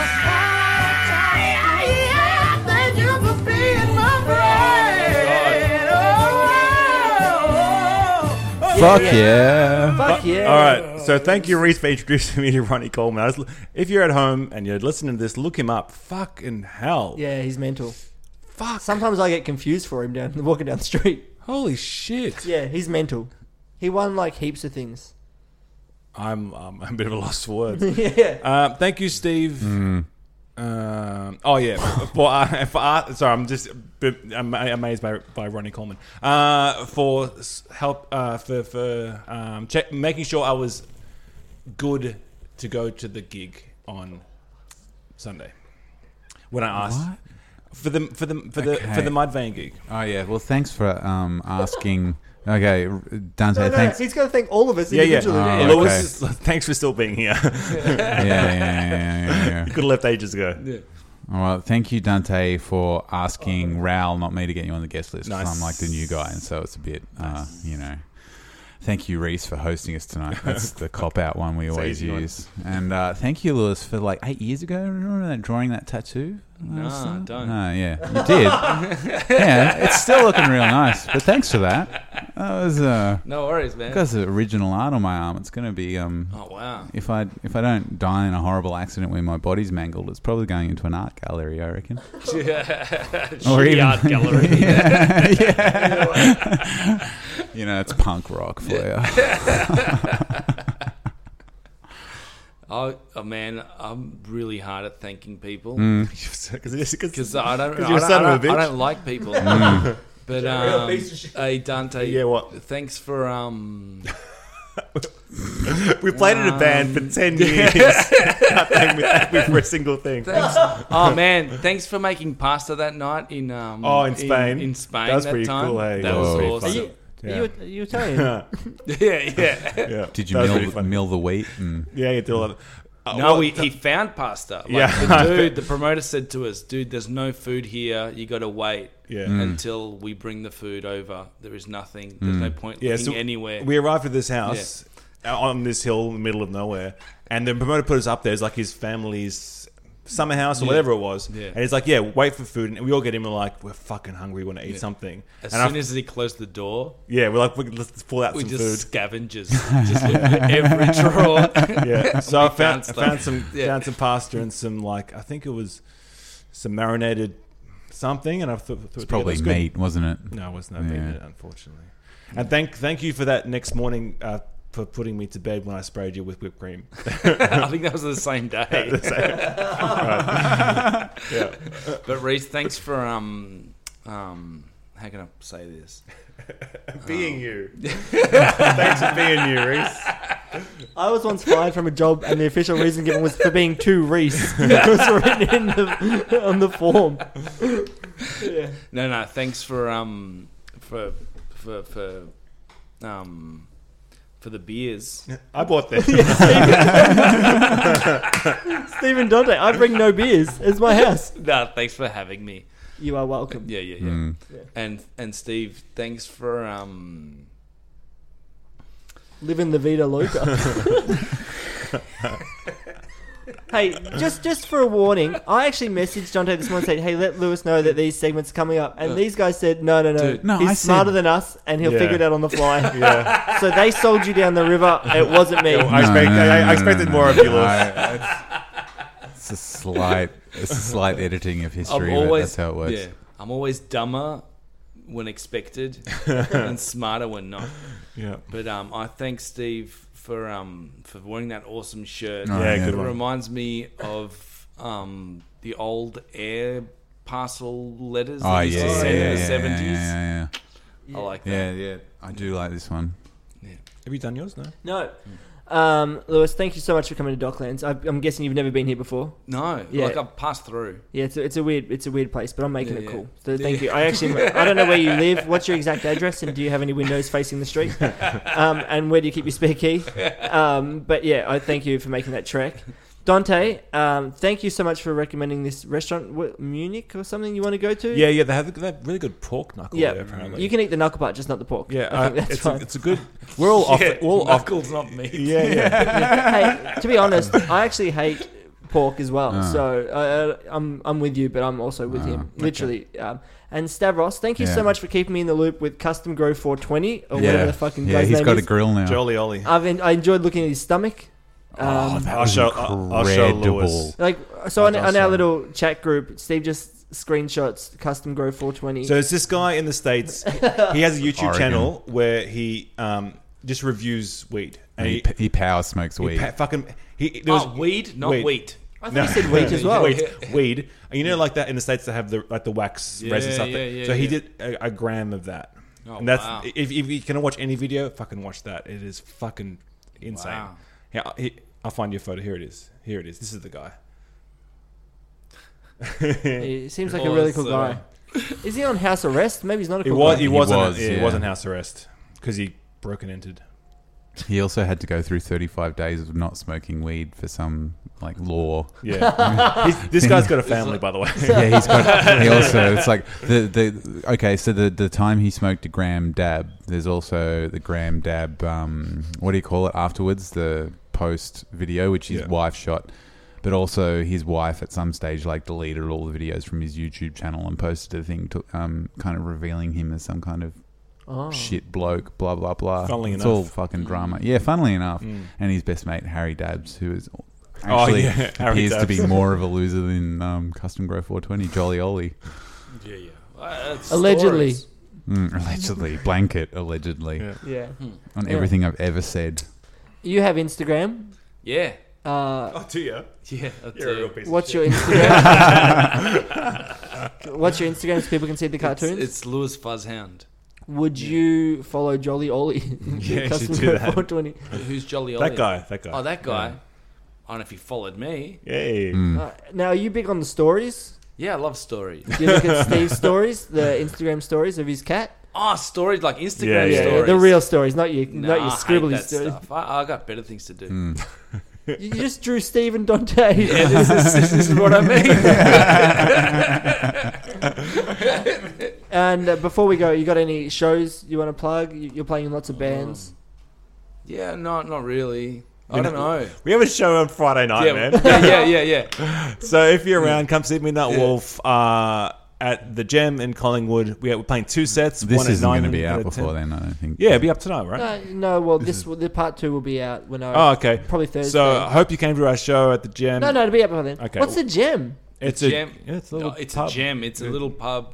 [SPEAKER 1] Thank you for being my friend. Oh, oh, oh, oh.
[SPEAKER 3] Fuck yeah.
[SPEAKER 4] Fuck yeah.
[SPEAKER 5] All right. So thank you, Reese, for introducing me to Ronnie Coleman. I was, if you're at home and you're listening to this, look him up. Fucking hell.
[SPEAKER 4] Yeah, he's mental.
[SPEAKER 5] Fuck.
[SPEAKER 4] Sometimes I get confused for him down walking down the street.
[SPEAKER 5] Holy shit.
[SPEAKER 4] Yeah, he's mental. He won like heaps of things.
[SPEAKER 5] I'm, um, I'm a bit of a lost for words.
[SPEAKER 4] yeah.
[SPEAKER 5] Um, thank you, Steve. Um, oh yeah, for, uh, for uh, sorry, I'm just a bit am- amazed by, by Ronnie Coleman uh, for s- help uh, for for um, check, making sure I was good to go to the gig on Sunday when I asked for the for the for the for
[SPEAKER 3] Okay.
[SPEAKER 5] the Mudvayne gig.
[SPEAKER 3] Oh yeah. Well, thanks for um, asking. Okay, R- Dante.
[SPEAKER 4] No, no,
[SPEAKER 3] thanks.
[SPEAKER 4] he's got to thank all of us
[SPEAKER 5] Yeah, Uh, yeah. Ah,
[SPEAKER 4] individually.
[SPEAKER 3] Oh, okay.
[SPEAKER 5] Lewis, thanks for still being here.
[SPEAKER 3] Yeah, yeah, yeah, yeah, yeah, yeah.
[SPEAKER 5] Could have left ages ago.
[SPEAKER 3] All right. Thank you, Dante, for asking Raoul, not me, to get you on the guest list. 'cause
[SPEAKER 5] Nice.
[SPEAKER 3] I'm like the new guy, and so it's a bit, uh, you know. Thank you, Reese, for hosting us tonight. That's the cop out one we always
[SPEAKER 5] easy one.
[SPEAKER 3] use. And uh, thank you, Lewis, for like eight years ago. Remember that drawing that tattoo?
[SPEAKER 6] No, I don't.
[SPEAKER 3] No, Ah, yeah, you did. yeah, it's still looking real nice. But thanks for that. That was uh,
[SPEAKER 6] No worries, man.
[SPEAKER 3] that's the original art on my arm. It's going to be um,
[SPEAKER 6] Oh wow.
[SPEAKER 3] if I if I don't die in a horrible accident where my body's mangled, it's probably going into an art gallery, I reckon. or even art gallery. yeah, yeah. you know, it's punk rock for you.
[SPEAKER 6] Oh, oh man, I'm really hard at thanking people
[SPEAKER 4] Mm.
[SPEAKER 5] Because
[SPEAKER 6] because
[SPEAKER 5] uh,
[SPEAKER 6] I don't. I
[SPEAKER 5] you're a
[SPEAKER 6] don't,
[SPEAKER 5] son
[SPEAKER 6] I,
[SPEAKER 5] of a
[SPEAKER 6] don't I
[SPEAKER 5] bitch.
[SPEAKER 6] don't like people. But
[SPEAKER 5] real
[SPEAKER 6] um,
[SPEAKER 5] piece of shit.
[SPEAKER 6] hey Dante,
[SPEAKER 5] Yeah, what?
[SPEAKER 6] Thanks for um.
[SPEAKER 5] We played in a band for 10 years. Nothing with that with for a single thing.
[SPEAKER 6] Thanks. oh man, thanks for making pasta that night in um.
[SPEAKER 5] Oh, in Spain.
[SPEAKER 6] In, Spain,
[SPEAKER 5] That was
[SPEAKER 6] that
[SPEAKER 5] pretty
[SPEAKER 6] time.
[SPEAKER 5] cool, hey?
[SPEAKER 6] That
[SPEAKER 5] That
[SPEAKER 3] was
[SPEAKER 6] was
[SPEAKER 3] pretty
[SPEAKER 6] awesome.
[SPEAKER 4] Are you,
[SPEAKER 5] Yeah.
[SPEAKER 4] are you, are you Italian?
[SPEAKER 6] yeah, yeah.
[SPEAKER 5] Yeah.
[SPEAKER 3] Did you
[SPEAKER 5] That was pretty
[SPEAKER 3] mill,
[SPEAKER 5] fun.
[SPEAKER 3] mill the wheat? Mm. And,
[SPEAKER 5] Yeah, you did a lot. Of, uh,
[SPEAKER 6] No,
[SPEAKER 5] what-
[SPEAKER 6] we, he found pasta. Like,
[SPEAKER 5] Yeah.
[SPEAKER 6] the dude, the promoter said to us, "Dude, there's no food here. You got to wait
[SPEAKER 5] Yeah.
[SPEAKER 6] until we bring the food over. There is nothing. There's
[SPEAKER 5] Mm.
[SPEAKER 6] no point
[SPEAKER 5] yeah,
[SPEAKER 6] looking
[SPEAKER 5] so
[SPEAKER 6] anywhere."
[SPEAKER 5] We arrived at this house uh on this hill in the middle of nowhere, and the promoter put us up there. It's like his family's summer house or whatever it was.
[SPEAKER 6] Yeah.
[SPEAKER 5] And he's like, "Yeah, wait for food." And we all get in. We're like, "We're fucking hungry. We want to eat something."
[SPEAKER 6] as
[SPEAKER 5] and
[SPEAKER 6] soon
[SPEAKER 5] I-
[SPEAKER 6] as he closed the door,
[SPEAKER 5] yeah, we're like, we- "Let's pull out
[SPEAKER 6] we
[SPEAKER 5] some
[SPEAKER 6] just
[SPEAKER 5] food."
[SPEAKER 6] scavengers, just looked at every drawer.
[SPEAKER 5] Yeah. So I
[SPEAKER 6] found
[SPEAKER 5] found, I
[SPEAKER 6] stuff.
[SPEAKER 5] found some
[SPEAKER 6] Yeah.
[SPEAKER 5] found some pasta and some like I think it was some marinated something, and I thought, thought
[SPEAKER 3] It's probably
[SPEAKER 5] yeah, that's good.
[SPEAKER 3] meat, wasn't it?
[SPEAKER 5] No, it was no
[SPEAKER 3] Yeah.
[SPEAKER 5] meat in it, unfortunately. And thank thank you for that next morning uh, for putting me to bed when I sprayed you with whipped cream.
[SPEAKER 6] I think that was the same day. But Reese, thanks for um um how can I say this?
[SPEAKER 2] Being you. Thanks for being you, Reese.
[SPEAKER 4] I was once fired from a job, and the official reason given was for being too Reese. it was written in the, on the form.
[SPEAKER 6] No, no, thanks for um for for for um for the beers.
[SPEAKER 5] I bought that.
[SPEAKER 4] Stephen Dante, I bring no beers. It's my house.
[SPEAKER 6] no, thanks for having me.
[SPEAKER 4] You are welcome.
[SPEAKER 6] Yeah, yeah, yeah.
[SPEAKER 3] Mm.
[SPEAKER 6] And and Steve, thanks for um
[SPEAKER 4] Live in the Vita Loca. hey, just just for a warning, I actually messaged Dante this morning and said, "Hey, let Lewis know that these segments are coming up." And these guys said, "No, no, no.
[SPEAKER 6] Dude,
[SPEAKER 3] no,
[SPEAKER 4] He's
[SPEAKER 3] I said-
[SPEAKER 4] smarter than us, and he'll
[SPEAKER 5] Yeah.
[SPEAKER 4] figure it out on the fly."
[SPEAKER 5] yeah.
[SPEAKER 4] so they sold you down the river. It wasn't me.
[SPEAKER 2] I, expect, I, I expected more of you, Lewis.
[SPEAKER 3] It's a slight, it's a slight editing of
[SPEAKER 6] I'm
[SPEAKER 3] history. but that's how it works.
[SPEAKER 6] Yeah. I'm always dumber when expected and smarter when not.
[SPEAKER 5] Yeah.
[SPEAKER 6] But um, I thank Steve for um, for wearing that awesome shirt.
[SPEAKER 3] Oh,
[SPEAKER 5] Yeah,
[SPEAKER 3] yeah.
[SPEAKER 5] good
[SPEAKER 6] It
[SPEAKER 5] one.
[SPEAKER 6] reminds me of um, the old air parcel letters
[SPEAKER 3] Oh
[SPEAKER 6] that used
[SPEAKER 3] yeah,
[SPEAKER 6] to
[SPEAKER 3] yeah,
[SPEAKER 6] send
[SPEAKER 3] yeah,
[SPEAKER 6] in the
[SPEAKER 3] yeah, yeah,
[SPEAKER 6] seventies.
[SPEAKER 3] yeah,
[SPEAKER 6] I like that.
[SPEAKER 3] yeah, yeah, yeah. I do like this one.
[SPEAKER 5] Have you done yours? No.
[SPEAKER 4] No. Um, Lewis, thank you so much for coming to Docklands. I, I'm guessing you've never been here before.
[SPEAKER 6] No,
[SPEAKER 4] Yeah.
[SPEAKER 6] like I've passed through.
[SPEAKER 4] Yeah, it's a, it's a weird it's a weird place, but I'm making
[SPEAKER 6] Yeah,
[SPEAKER 4] it
[SPEAKER 6] yeah.
[SPEAKER 4] cool. So thank you. I actually I don't know where you live. What's your exact address? And do you have any windows facing the street? Um, and where do you keep your spare key? Um, but yeah, I thank you for making that trek. Dante, um, thank you so much for recommending this restaurant, what, Munich or something you want to go to.
[SPEAKER 5] Yeah, yeah. They have they have really good pork knuckle
[SPEAKER 4] yeah.
[SPEAKER 5] there apparently.
[SPEAKER 4] You can eat the knuckle part, just not the pork.
[SPEAKER 5] yeah,
[SPEAKER 4] I think
[SPEAKER 5] uh,
[SPEAKER 4] that's
[SPEAKER 5] it's, a,
[SPEAKER 4] fine.
[SPEAKER 5] it's a good. We're all off. We're all off.
[SPEAKER 6] Knuckles, not me.
[SPEAKER 5] Yeah, yeah.
[SPEAKER 4] hey, to be honest, I actually hate pork as well.
[SPEAKER 3] Ah.
[SPEAKER 4] So I, I, I'm I'm with you, but I'm also with him, literally. Um, and Stavros, thank you so
[SPEAKER 3] Yeah.
[SPEAKER 4] much for keeping me in the loop with Custom Grow 420 or
[SPEAKER 5] Yeah.
[SPEAKER 4] whatever the fucking
[SPEAKER 3] Yeah,
[SPEAKER 4] guy's
[SPEAKER 3] he's
[SPEAKER 4] name
[SPEAKER 3] got a
[SPEAKER 4] is.
[SPEAKER 3] grill now.
[SPEAKER 2] Jolly Ollie.
[SPEAKER 4] I've en- I enjoyed looking at his stomach. Um,
[SPEAKER 3] oh, that
[SPEAKER 5] I'll
[SPEAKER 3] was
[SPEAKER 5] show- I'll-
[SPEAKER 3] incredible.
[SPEAKER 5] I'll show Lewis.
[SPEAKER 4] like so on,
[SPEAKER 5] That's
[SPEAKER 4] on our
[SPEAKER 5] awesome.
[SPEAKER 4] little chat group, Steve just screenshots Custom Grow 420.
[SPEAKER 5] So it's this guy in the states. He has a YouTube
[SPEAKER 3] Oregon.
[SPEAKER 5] channel where he um, just reviews weed. And
[SPEAKER 3] he,
[SPEAKER 5] he,
[SPEAKER 3] p- he power smokes
[SPEAKER 5] he
[SPEAKER 3] weed.
[SPEAKER 5] pa- fucking he. There was
[SPEAKER 6] Oh, weed, not
[SPEAKER 5] Wait.
[SPEAKER 6] wheat.
[SPEAKER 4] I thought he said wheat as well.
[SPEAKER 5] Weed, weed. And you know, like that in the states, they have the like the wax
[SPEAKER 6] Yeah,
[SPEAKER 5] resin stuff.
[SPEAKER 6] yeah, yeah,
[SPEAKER 5] so he
[SPEAKER 6] yeah.
[SPEAKER 5] did a, a gram of that,
[SPEAKER 6] Oh,
[SPEAKER 5] and that's
[SPEAKER 6] wow.
[SPEAKER 5] if, if you can watch any video, fucking watch that. It is fucking insane.
[SPEAKER 6] Wow.
[SPEAKER 5] Yeah, he, I'll find your photo. Here it is. Here it is. This is the guy.
[SPEAKER 4] he seems like a really cool guy.
[SPEAKER 6] Awesome.
[SPEAKER 4] Is he on house arrest? Maybe he's not a
[SPEAKER 5] He
[SPEAKER 4] cool
[SPEAKER 5] was.
[SPEAKER 4] guy.
[SPEAKER 5] He wasn't.
[SPEAKER 3] was,
[SPEAKER 5] yeah, He
[SPEAKER 3] yeah.
[SPEAKER 5] wasn't house arrest because he broke and entered.
[SPEAKER 3] He also had to go through 35 days of not smoking weed for some like law.
[SPEAKER 5] Yeah, He's- this guy's got a family, by the way.
[SPEAKER 3] yeah, he's got. He also it's like the the okay. So the the time he smoked a gram dab. There's also the gram dab. Um, what do you call it afterwards? The post video, which his
[SPEAKER 5] Yeah.
[SPEAKER 3] wife shot. But also, his wife at some stage like deleted all the videos from his YouTube channel and posted a thing, to, um, kind of revealing him as some kind of
[SPEAKER 4] Oh.
[SPEAKER 3] shit bloke, blah blah blah.
[SPEAKER 5] Funnily
[SPEAKER 3] it's
[SPEAKER 5] enough. Mm.
[SPEAKER 3] all fucking drama. Yeah, funnily enough, and his best mate Harry Dabs, who is
[SPEAKER 5] Oh,
[SPEAKER 3] actually
[SPEAKER 5] yeah, Harry
[SPEAKER 3] appears to be
[SPEAKER 5] Dabbs.
[SPEAKER 3] more of a loser than um, Custom Grow 420 Jolly Ollie,
[SPEAKER 6] Yeah, yeah. Uh, that's
[SPEAKER 4] Allegedly.
[SPEAKER 6] stories.
[SPEAKER 3] mm, allegedly blanket allegedly
[SPEAKER 5] Yeah.
[SPEAKER 4] Yeah.
[SPEAKER 3] on
[SPEAKER 4] Yeah.
[SPEAKER 3] everything I've ever said.
[SPEAKER 4] You have Instagram.
[SPEAKER 6] Yeah,
[SPEAKER 4] Uh,
[SPEAKER 2] Oh, do you?
[SPEAKER 6] yeah. that's
[SPEAKER 2] You're a real
[SPEAKER 6] it.
[SPEAKER 2] piece
[SPEAKER 4] what's
[SPEAKER 2] of
[SPEAKER 4] your Instagram? what's your Instagram so people can see the
[SPEAKER 6] It's,
[SPEAKER 4] cartoons?
[SPEAKER 6] it's Lewis Fuzzhound.
[SPEAKER 4] Would you follow Jolly Ollie?
[SPEAKER 5] Yeah, you
[SPEAKER 4] Custom
[SPEAKER 5] should do
[SPEAKER 4] code
[SPEAKER 5] that.
[SPEAKER 4] 420.
[SPEAKER 6] Who's Jolly Ollie?
[SPEAKER 5] That guy. That guy.
[SPEAKER 6] Oh, that guy. I don't know if he followed me.
[SPEAKER 5] Hey.
[SPEAKER 2] Hmm.
[SPEAKER 6] Hmm.
[SPEAKER 4] Uh, now, are you big on the stories?
[SPEAKER 6] Yeah, I love stories.
[SPEAKER 4] Do you look at Steve's stories, the Instagram stories of his cat?
[SPEAKER 6] Oh, stories like
[SPEAKER 5] Yeah,
[SPEAKER 6] Instagram
[SPEAKER 5] yeah,
[SPEAKER 6] Oh,
[SPEAKER 5] yeah.
[SPEAKER 6] stories.
[SPEAKER 4] the real stories, not your
[SPEAKER 6] Nah,
[SPEAKER 4] not
[SPEAKER 6] I
[SPEAKER 4] your
[SPEAKER 6] hate
[SPEAKER 4] scribbly
[SPEAKER 6] that
[SPEAKER 4] stories.
[SPEAKER 6] stuff. I, I got better things to do.
[SPEAKER 4] You you just drew Steve and Dante.
[SPEAKER 6] Yeah, this is, this is what I mean.
[SPEAKER 4] And uh, before we go, you got any shows you want to plug? You- You're playing in lots of bands.
[SPEAKER 6] yeah, no, not really. I don't know.
[SPEAKER 5] We have a show on Friday night,
[SPEAKER 6] Yeah,
[SPEAKER 5] man.
[SPEAKER 6] yeah, yeah, yeah, yeah.
[SPEAKER 5] So if you're around, come see Midnight
[SPEAKER 6] Yeah.
[SPEAKER 5] Wolf uh, at the Gem in Collingwood. We are, we're playing two sets.
[SPEAKER 3] This
[SPEAKER 5] one at
[SPEAKER 3] isn't
[SPEAKER 5] nine
[SPEAKER 3] going to be out
[SPEAKER 5] and one at
[SPEAKER 3] before
[SPEAKER 5] 10.
[SPEAKER 3] then, I don't think.
[SPEAKER 5] Yeah, it'll be up tonight,
[SPEAKER 6] Oh.
[SPEAKER 5] right?
[SPEAKER 4] No, no. Well, this will- the part two will be out when I
[SPEAKER 5] Oh, okay.
[SPEAKER 4] probably Thursday.
[SPEAKER 5] So I hope you came to our show at the Gem.
[SPEAKER 4] No, no, it'll be up by then.
[SPEAKER 5] Okay.
[SPEAKER 4] What's the gem?
[SPEAKER 5] It's a
[SPEAKER 6] gem.
[SPEAKER 5] yeah, it's a
[SPEAKER 6] No,
[SPEAKER 5] little
[SPEAKER 6] Oh, it's
[SPEAKER 5] pub
[SPEAKER 6] a gem. It's a little pub.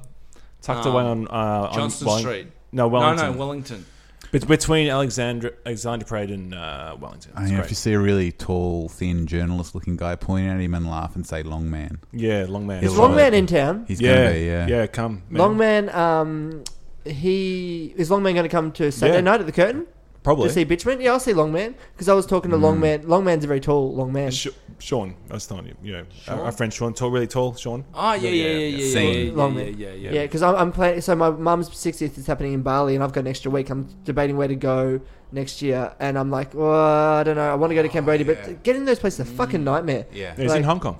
[SPEAKER 5] tucked
[SPEAKER 6] um,
[SPEAKER 5] away on, uh, on
[SPEAKER 6] Johnston
[SPEAKER 5] Welling-
[SPEAKER 6] Street.
[SPEAKER 5] No, Wellington.
[SPEAKER 6] No, no, Wellington.
[SPEAKER 5] It's between Alexandra, Alexander Parade and uh, Wellington.
[SPEAKER 3] I
[SPEAKER 5] It's
[SPEAKER 3] mean,
[SPEAKER 5] great.
[SPEAKER 3] Oh, if you see a really tall, thin, journalist-looking guy, point at him and laugh and say "long man,"
[SPEAKER 5] yeah, long man.
[SPEAKER 3] It's
[SPEAKER 4] Is Long
[SPEAKER 3] Right.
[SPEAKER 4] Man in town?
[SPEAKER 3] he's
[SPEAKER 5] yeah,
[SPEAKER 3] gonna be yeah.
[SPEAKER 5] yeah, come. Man.
[SPEAKER 4] Long Man, um, he is Long Man going to come to Saturday
[SPEAKER 5] Yeah.
[SPEAKER 4] night at the curtain
[SPEAKER 5] probably. Mm.
[SPEAKER 4] to see Bitchman? Yeah, I'll see Long Man because I was talking to Long Man. Long Man's a very tall Long Man.
[SPEAKER 5] Sh- Sean, I was telling you, you know, our, our friend Sean, tall, really tall, Sean.
[SPEAKER 6] Oh yeah, yeah, yeah, yeah, yeah,
[SPEAKER 3] Same.
[SPEAKER 6] yeah,
[SPEAKER 4] Long
[SPEAKER 6] yeah,
[SPEAKER 4] Man.
[SPEAKER 6] yeah, yeah,
[SPEAKER 4] Yeah, because I'm, I'm planning. So my mum's 60th is happening in Bali, and I've got an extra week. I'm debating where to go next year, and I'm like, well, I don't know. I want to go
[SPEAKER 5] Oh,
[SPEAKER 4] to Cambodia,
[SPEAKER 3] yeah.
[SPEAKER 4] but getting those places is a fucking
[SPEAKER 5] Mm.
[SPEAKER 4] nightmare.
[SPEAKER 5] Yeah, he's
[SPEAKER 4] Like-
[SPEAKER 5] in Hong Kong.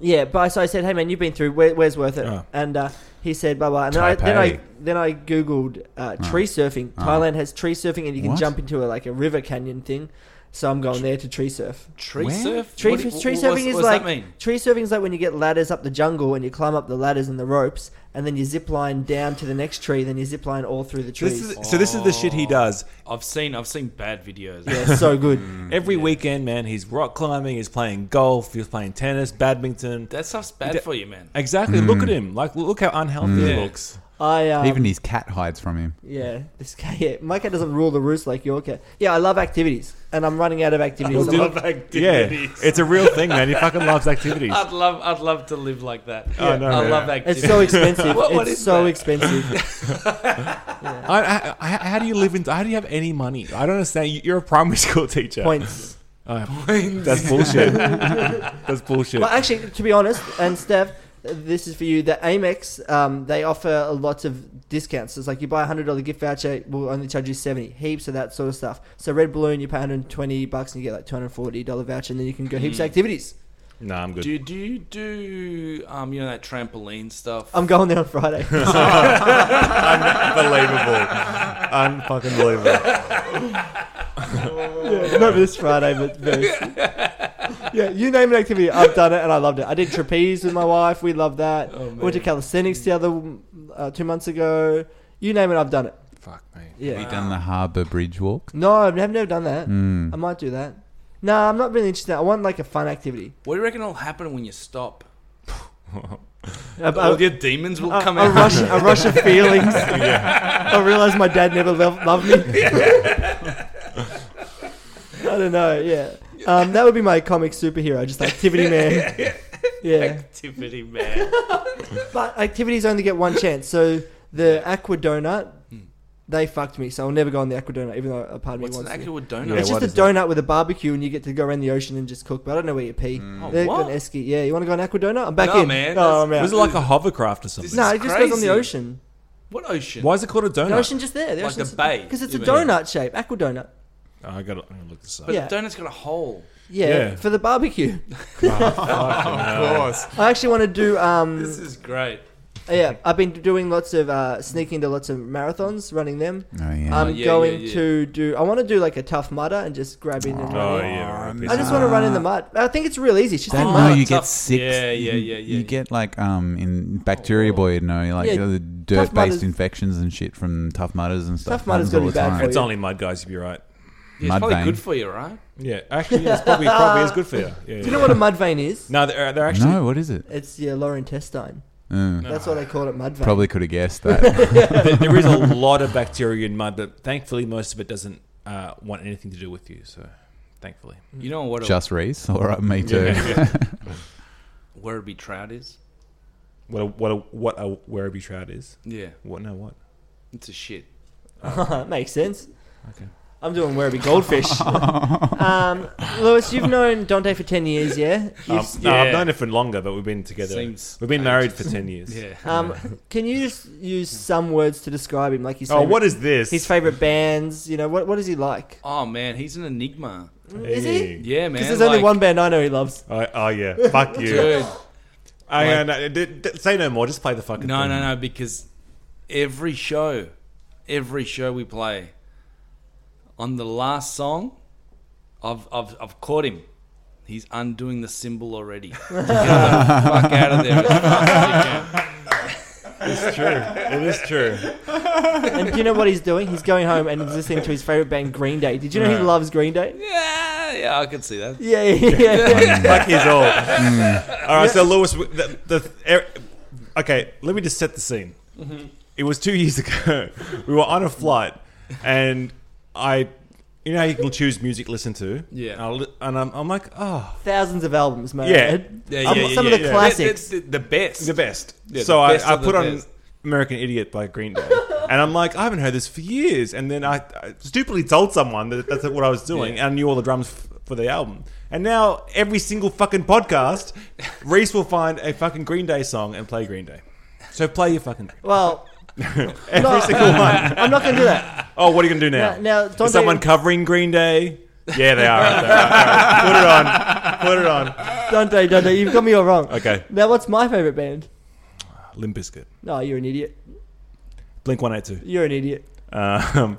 [SPEAKER 4] Yeah, but I- so I said, "Hey man, you've been through. Where, where's worth it?"
[SPEAKER 6] Ah.
[SPEAKER 5] Oh.
[SPEAKER 4] And uh, he said, "Blah blah." And then I, then I
[SPEAKER 3] Taipei.
[SPEAKER 4] then I googled uh,
[SPEAKER 6] Ah.
[SPEAKER 4] tree surfing.
[SPEAKER 3] Oh.
[SPEAKER 4] Thailand has tree surfing, and you can
[SPEAKER 3] What?
[SPEAKER 4] jump into a, like a river canyon thing. So I'm going there to tree surf.
[SPEAKER 6] Tree
[SPEAKER 3] Where?
[SPEAKER 6] surf.
[SPEAKER 4] Tree,
[SPEAKER 6] What do-
[SPEAKER 4] tree
[SPEAKER 6] what-
[SPEAKER 4] surfing
[SPEAKER 6] what's-
[SPEAKER 4] is
[SPEAKER 6] what's
[SPEAKER 4] like
[SPEAKER 6] that mean?
[SPEAKER 4] tree surfing is like when you get ladders up the jungle and you climb up the ladders and the ropes, and then you zip line down to the next tree, then you zip line all through the trees.
[SPEAKER 5] This is, so this is the
[SPEAKER 3] Oh.
[SPEAKER 5] shit he does
[SPEAKER 6] I've seen, I've seen bad videos.
[SPEAKER 4] yeah, it's so good.
[SPEAKER 5] every weekend, man. He's rock climbing, he's playing golf, he's playing tennis, badminton.
[SPEAKER 6] That stuff's bad
[SPEAKER 5] Yeah.
[SPEAKER 6] for you, man.
[SPEAKER 5] Exactly. Look at him. Like, look how unhealthy he
[SPEAKER 6] Yeah.
[SPEAKER 5] looks.
[SPEAKER 4] I um,
[SPEAKER 3] Even his cat hides from him.
[SPEAKER 4] Yeah, this guy. Yeah, my cat doesn't rule the roost like your cat. Yeah, I love activities, and I'm running out of activities. I'm like,
[SPEAKER 5] Yeah, it's a real thing, man. He fucking loves activities.
[SPEAKER 6] I'd love, I'd love to live like that.
[SPEAKER 5] Oh, no,
[SPEAKER 6] I
[SPEAKER 5] man.
[SPEAKER 6] love that.
[SPEAKER 4] it's so expensive.
[SPEAKER 6] What- what
[SPEAKER 4] it's
[SPEAKER 6] is
[SPEAKER 4] so
[SPEAKER 6] that?
[SPEAKER 4] expensive.
[SPEAKER 5] I, I, I, how do you live in? How do you have any money? I don't understand. You- You're a primary school teacher.
[SPEAKER 4] Points.
[SPEAKER 5] That's bullshit. That's bullshit.
[SPEAKER 4] Well, actually, to be honest, and Steph, this is for you. The Amex, um, they offer a lot of discounts. It's like you buy a hundred dollar gift voucher, we'll only charge you seventy. Heaps of that sort of stuff. So Red Balloon, you pay hundred and twenty bucks and you get like two hundred forty dollar voucher, and then you can go heaps
[SPEAKER 6] Hmm.
[SPEAKER 4] of activities.
[SPEAKER 5] no, I'm good.
[SPEAKER 6] Do you, do you do um you know that trampoline stuff?
[SPEAKER 4] I'm going there on Friday.
[SPEAKER 5] Unbelievable. Unfucking believable.
[SPEAKER 4] Not this Friday, but very soon. yeah, you name an activity, I've done it and I loved it. I did trapeze with my wife; we loved that. Went to calisthenics the other uh, two months ago. You name it, I've done it.
[SPEAKER 5] Fuck me.
[SPEAKER 4] Yeah.
[SPEAKER 3] Have you done the harbour bridge walk?
[SPEAKER 4] No, I've never, never done that.
[SPEAKER 5] Hmm.
[SPEAKER 3] Mm.
[SPEAKER 4] I might do that. No, I'm not really interested. I want like a fun activity.
[SPEAKER 6] What do you reckon will happen when you stop?
[SPEAKER 4] A, a,
[SPEAKER 6] All your demons will
[SPEAKER 4] a-
[SPEAKER 6] come
[SPEAKER 4] uh, a
[SPEAKER 6] out.
[SPEAKER 4] rush, a rush of feelings. I realize my dad never lo- loved me. I don't know. Yeah, um, that would be my comic superhero, just activity man. Yeah.
[SPEAKER 6] Activity man.
[SPEAKER 4] But activities only get one chance. So the Aqua Donut, they fucked me. So I'll never go on the Aqua Donut, even though a part of
[SPEAKER 6] Hmm.
[SPEAKER 4] me
[SPEAKER 6] What's an
[SPEAKER 4] wants to.
[SPEAKER 6] actual donut?
[SPEAKER 5] Yeah,
[SPEAKER 4] it's
[SPEAKER 5] what
[SPEAKER 4] just a
[SPEAKER 5] is that?
[SPEAKER 4] donut with a barbecue, and you get to go around the ocean and just cook. But I don't know where you pee.
[SPEAKER 6] Oh,
[SPEAKER 4] They've got
[SPEAKER 6] what?
[SPEAKER 4] an esky. Yeah, you want to go on Aqua Donut? I'm back
[SPEAKER 6] No,
[SPEAKER 4] in.
[SPEAKER 6] man,
[SPEAKER 4] No,
[SPEAKER 6] that's-
[SPEAKER 4] I'm out.
[SPEAKER 5] Was it like a hovercraft or something?
[SPEAKER 4] no, it just goes on
[SPEAKER 6] crazy.
[SPEAKER 4] the ocean.
[SPEAKER 6] What ocean?
[SPEAKER 5] Why is it called a donut?
[SPEAKER 4] The ocean just there. The
[SPEAKER 6] Like the
[SPEAKER 4] ocean's
[SPEAKER 6] bay,
[SPEAKER 4] Because it's a
[SPEAKER 6] you mean.
[SPEAKER 4] donut shape. Aqua Donut.
[SPEAKER 5] Oh, I gotta, I'm gonna look this up.
[SPEAKER 6] But
[SPEAKER 4] yeah.
[SPEAKER 6] the donut's got a hole.
[SPEAKER 4] Yeah,
[SPEAKER 5] Yeah. Oh,
[SPEAKER 4] for the barbecue.
[SPEAKER 3] Of course.
[SPEAKER 4] I actually want to do. Um,
[SPEAKER 6] Oh, This is great.
[SPEAKER 4] yeah, I've been doing lots of uh, sneaking to lots of marathons, running them.
[SPEAKER 3] Oh yeah.
[SPEAKER 6] yeah,
[SPEAKER 4] I'm
[SPEAKER 6] yeah,
[SPEAKER 4] going
[SPEAKER 6] yeah.
[SPEAKER 4] to do. I want to do like a tough mudder and just grab in and
[SPEAKER 5] Oh
[SPEAKER 4] run. in.
[SPEAKER 5] yeah, right,
[SPEAKER 4] Um, I just want to run in the mud. I think it's real easy. It's just in
[SPEAKER 3] Don't
[SPEAKER 6] Oh,
[SPEAKER 3] know
[SPEAKER 4] mud.
[SPEAKER 3] you
[SPEAKER 6] tough.
[SPEAKER 3] get sick.
[SPEAKER 6] Yeah, yeah, yeah, yeah.
[SPEAKER 3] You get like um in bacteria boy, you know, like
[SPEAKER 4] Oh. Yeah,
[SPEAKER 3] the
[SPEAKER 4] Tough
[SPEAKER 3] dirt
[SPEAKER 4] Mudders-
[SPEAKER 3] based infections and shit from tough mudders and stuff.
[SPEAKER 4] Tough Mudder's
[SPEAKER 3] Happens all
[SPEAKER 4] gotta be
[SPEAKER 3] the
[SPEAKER 4] bad
[SPEAKER 3] time.
[SPEAKER 5] It's only mud, guys. You'd be right.
[SPEAKER 6] Yeah, it's
[SPEAKER 3] Mud
[SPEAKER 6] probably
[SPEAKER 3] vein.
[SPEAKER 6] good for you, right?
[SPEAKER 5] Yeah, actually, yeah, it's probably probably is good for you. Yeah, yeah.
[SPEAKER 4] Do you know what a mud vein is?
[SPEAKER 5] No, they're, they're actually.
[SPEAKER 3] no, what is it?
[SPEAKER 4] It's your lower intestine.
[SPEAKER 3] Uh,
[SPEAKER 5] Mm.
[SPEAKER 4] That's why they call it mud vein.
[SPEAKER 3] Probably could have guessed that.
[SPEAKER 5] there- there is a lot of bacteria in mud, but thankfully, most of it doesn't uh, want anything to do with you. So, thankfully,
[SPEAKER 6] You know what a
[SPEAKER 3] Just Reese, all right, me too.
[SPEAKER 6] Werribee trout is?
[SPEAKER 5] what a what a what a Werribee trout is.
[SPEAKER 6] Yeah,
[SPEAKER 5] What no what?
[SPEAKER 6] it's a shit.
[SPEAKER 4] Makes sense. Okay. I'm doing Werribee goldfish. um, Lewis, you've known Dante for ten years, yeah.
[SPEAKER 5] Um,
[SPEAKER 4] You've-
[SPEAKER 5] no, I've
[SPEAKER 6] yeah.
[SPEAKER 5] known her for longer, but we've been together.
[SPEAKER 6] Seems
[SPEAKER 5] we've been married for ten years.
[SPEAKER 6] Yeah.
[SPEAKER 4] um, can you just use some words to describe him, like his
[SPEAKER 5] Oh,
[SPEAKER 4] favorite,
[SPEAKER 5] what is this?
[SPEAKER 4] his favorite bands? You know, what what is he like?
[SPEAKER 6] Oh man, he's an enigma.
[SPEAKER 4] Is he?
[SPEAKER 5] Hey.
[SPEAKER 6] Yeah, man.
[SPEAKER 4] Because there's only
[SPEAKER 6] like-
[SPEAKER 4] one band I know he loves.
[SPEAKER 5] Oh, oh yeah. Fuck you.
[SPEAKER 6] Dude,
[SPEAKER 5] I, uh, no, d- d- say no more. Just play the fucking.
[SPEAKER 6] No,
[SPEAKER 5] thing.
[SPEAKER 6] no, no, because every show, every show we play, on the last song, I've, I've, I've caught him. He's undoing the symbol already. Get the fuck out of there. as fast as you can.
[SPEAKER 5] It's true. It is true.
[SPEAKER 4] And do you know what he's doing? He's going home and he's listening to his favorite band, Green Day. Did you know
[SPEAKER 5] Yeah.
[SPEAKER 4] he loves Green Day?
[SPEAKER 6] Yeah, yeah, I could see that.
[SPEAKER 4] Yeah, yeah, yeah.
[SPEAKER 5] Fuck his all.
[SPEAKER 4] Mm.
[SPEAKER 5] All right, so Lewis, the, the er, okay, let me just set the scene.
[SPEAKER 6] Mm-hmm.
[SPEAKER 5] It was two years ago. We were on a flight, and I, you know, how you can choose music to listen to.
[SPEAKER 6] Yeah.
[SPEAKER 5] And, I li- and I'm, I'm like, oh,
[SPEAKER 4] Thousands of albums, man.
[SPEAKER 5] Yeah.
[SPEAKER 6] Yeah,
[SPEAKER 4] Um,
[SPEAKER 6] yeah, yeah,
[SPEAKER 4] some
[SPEAKER 6] yeah,
[SPEAKER 4] of the
[SPEAKER 5] yeah.
[SPEAKER 4] classics.
[SPEAKER 6] The, the, the best.
[SPEAKER 5] the best.
[SPEAKER 6] Yeah, the
[SPEAKER 5] so I,
[SPEAKER 6] best
[SPEAKER 5] I
[SPEAKER 6] of the
[SPEAKER 5] put on
[SPEAKER 6] best.
[SPEAKER 5] American Idiot by Green Day, and I'm like, I haven't heard this for years. And then I, I stupidly told someone that that's what I was doing,
[SPEAKER 6] Yeah.
[SPEAKER 5] and I knew all the drums f- for the album. And now every single fucking podcast, Reese will find a fucking Green Day song and play Green Day. So play your fucking Green Day.
[SPEAKER 4] Well,
[SPEAKER 5] every
[SPEAKER 4] no,
[SPEAKER 5] single one.
[SPEAKER 4] I'm not going to do that.
[SPEAKER 5] Oh, what are you gonna do now?
[SPEAKER 4] Now, now don't
[SPEAKER 5] Is someone
[SPEAKER 4] do-
[SPEAKER 5] covering Green Day? Yeah, they are. All right, all right. Put it on. Put it on.
[SPEAKER 4] Dante, Dante, you've got me all wrong.
[SPEAKER 5] Okay,
[SPEAKER 4] Now, what's my favorite band?
[SPEAKER 5] Limp Bizkit,
[SPEAKER 4] No, you're an idiot.
[SPEAKER 5] Blink One Eight Two,
[SPEAKER 4] You're an idiot.
[SPEAKER 5] um,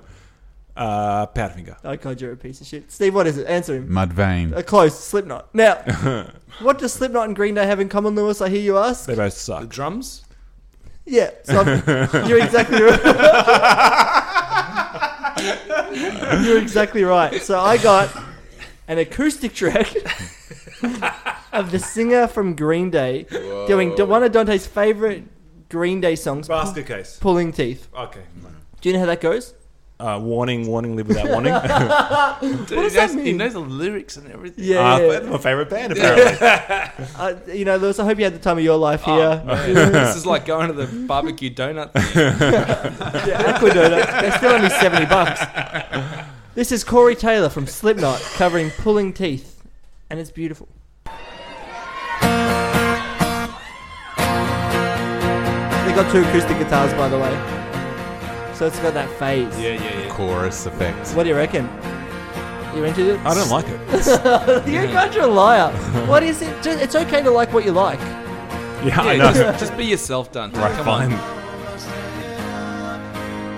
[SPEAKER 5] uh, Powderfinger.
[SPEAKER 4] Oh, God, you're a piece of shit. Steve, what is it? Answer him.
[SPEAKER 3] Mudvayne.
[SPEAKER 4] Uh, close, Slipknot. Now, what does Slipknot and Green Day have in common, Lewis? I hear you ask.
[SPEAKER 5] They both
[SPEAKER 6] The
[SPEAKER 5] suck.
[SPEAKER 6] drums?
[SPEAKER 4] Yeah, so I'm- you're exactly right. you're exactly right. So I got an acoustic track of the singer from Green Day doing one of Dante's favorite Green Day songs,
[SPEAKER 5] Basket case.
[SPEAKER 4] "Pulling Teeth."
[SPEAKER 5] Okay.
[SPEAKER 4] Do you know how that goes?
[SPEAKER 5] Uh, warning, warning, live without warning. uh,
[SPEAKER 6] Dude,
[SPEAKER 4] does
[SPEAKER 6] he knows,
[SPEAKER 4] that
[SPEAKER 6] He
[SPEAKER 4] mean?
[SPEAKER 6] knows the lyrics and everything.
[SPEAKER 4] Yeah,
[SPEAKER 5] but my favorite band, apparently.
[SPEAKER 4] Uh, you know, Lewis. I hope you had the time of your life
[SPEAKER 6] Oh,
[SPEAKER 4] here.
[SPEAKER 6] man, this is like going to the barbecue donut thing.
[SPEAKER 4] Yeah, Aquadona. They're still only 70 bucks. This is Corey Taylor from Slipknot covering Pulling Teeth, and it's beautiful. They got two acoustic guitars, by the way. So it's got that phase.
[SPEAKER 6] Yeah, yeah, yeah.
[SPEAKER 3] Chorus effect.
[SPEAKER 4] What do you reckon? You into it?
[SPEAKER 5] I don't like it.
[SPEAKER 4] You're such a liar. What is it? Ju- It's okay to like what you like.
[SPEAKER 5] Yeah, I
[SPEAKER 6] Yeah,
[SPEAKER 5] know.
[SPEAKER 6] just, just be yourself, Dante.
[SPEAKER 5] Right,
[SPEAKER 6] Come
[SPEAKER 5] fine.
[SPEAKER 6] on.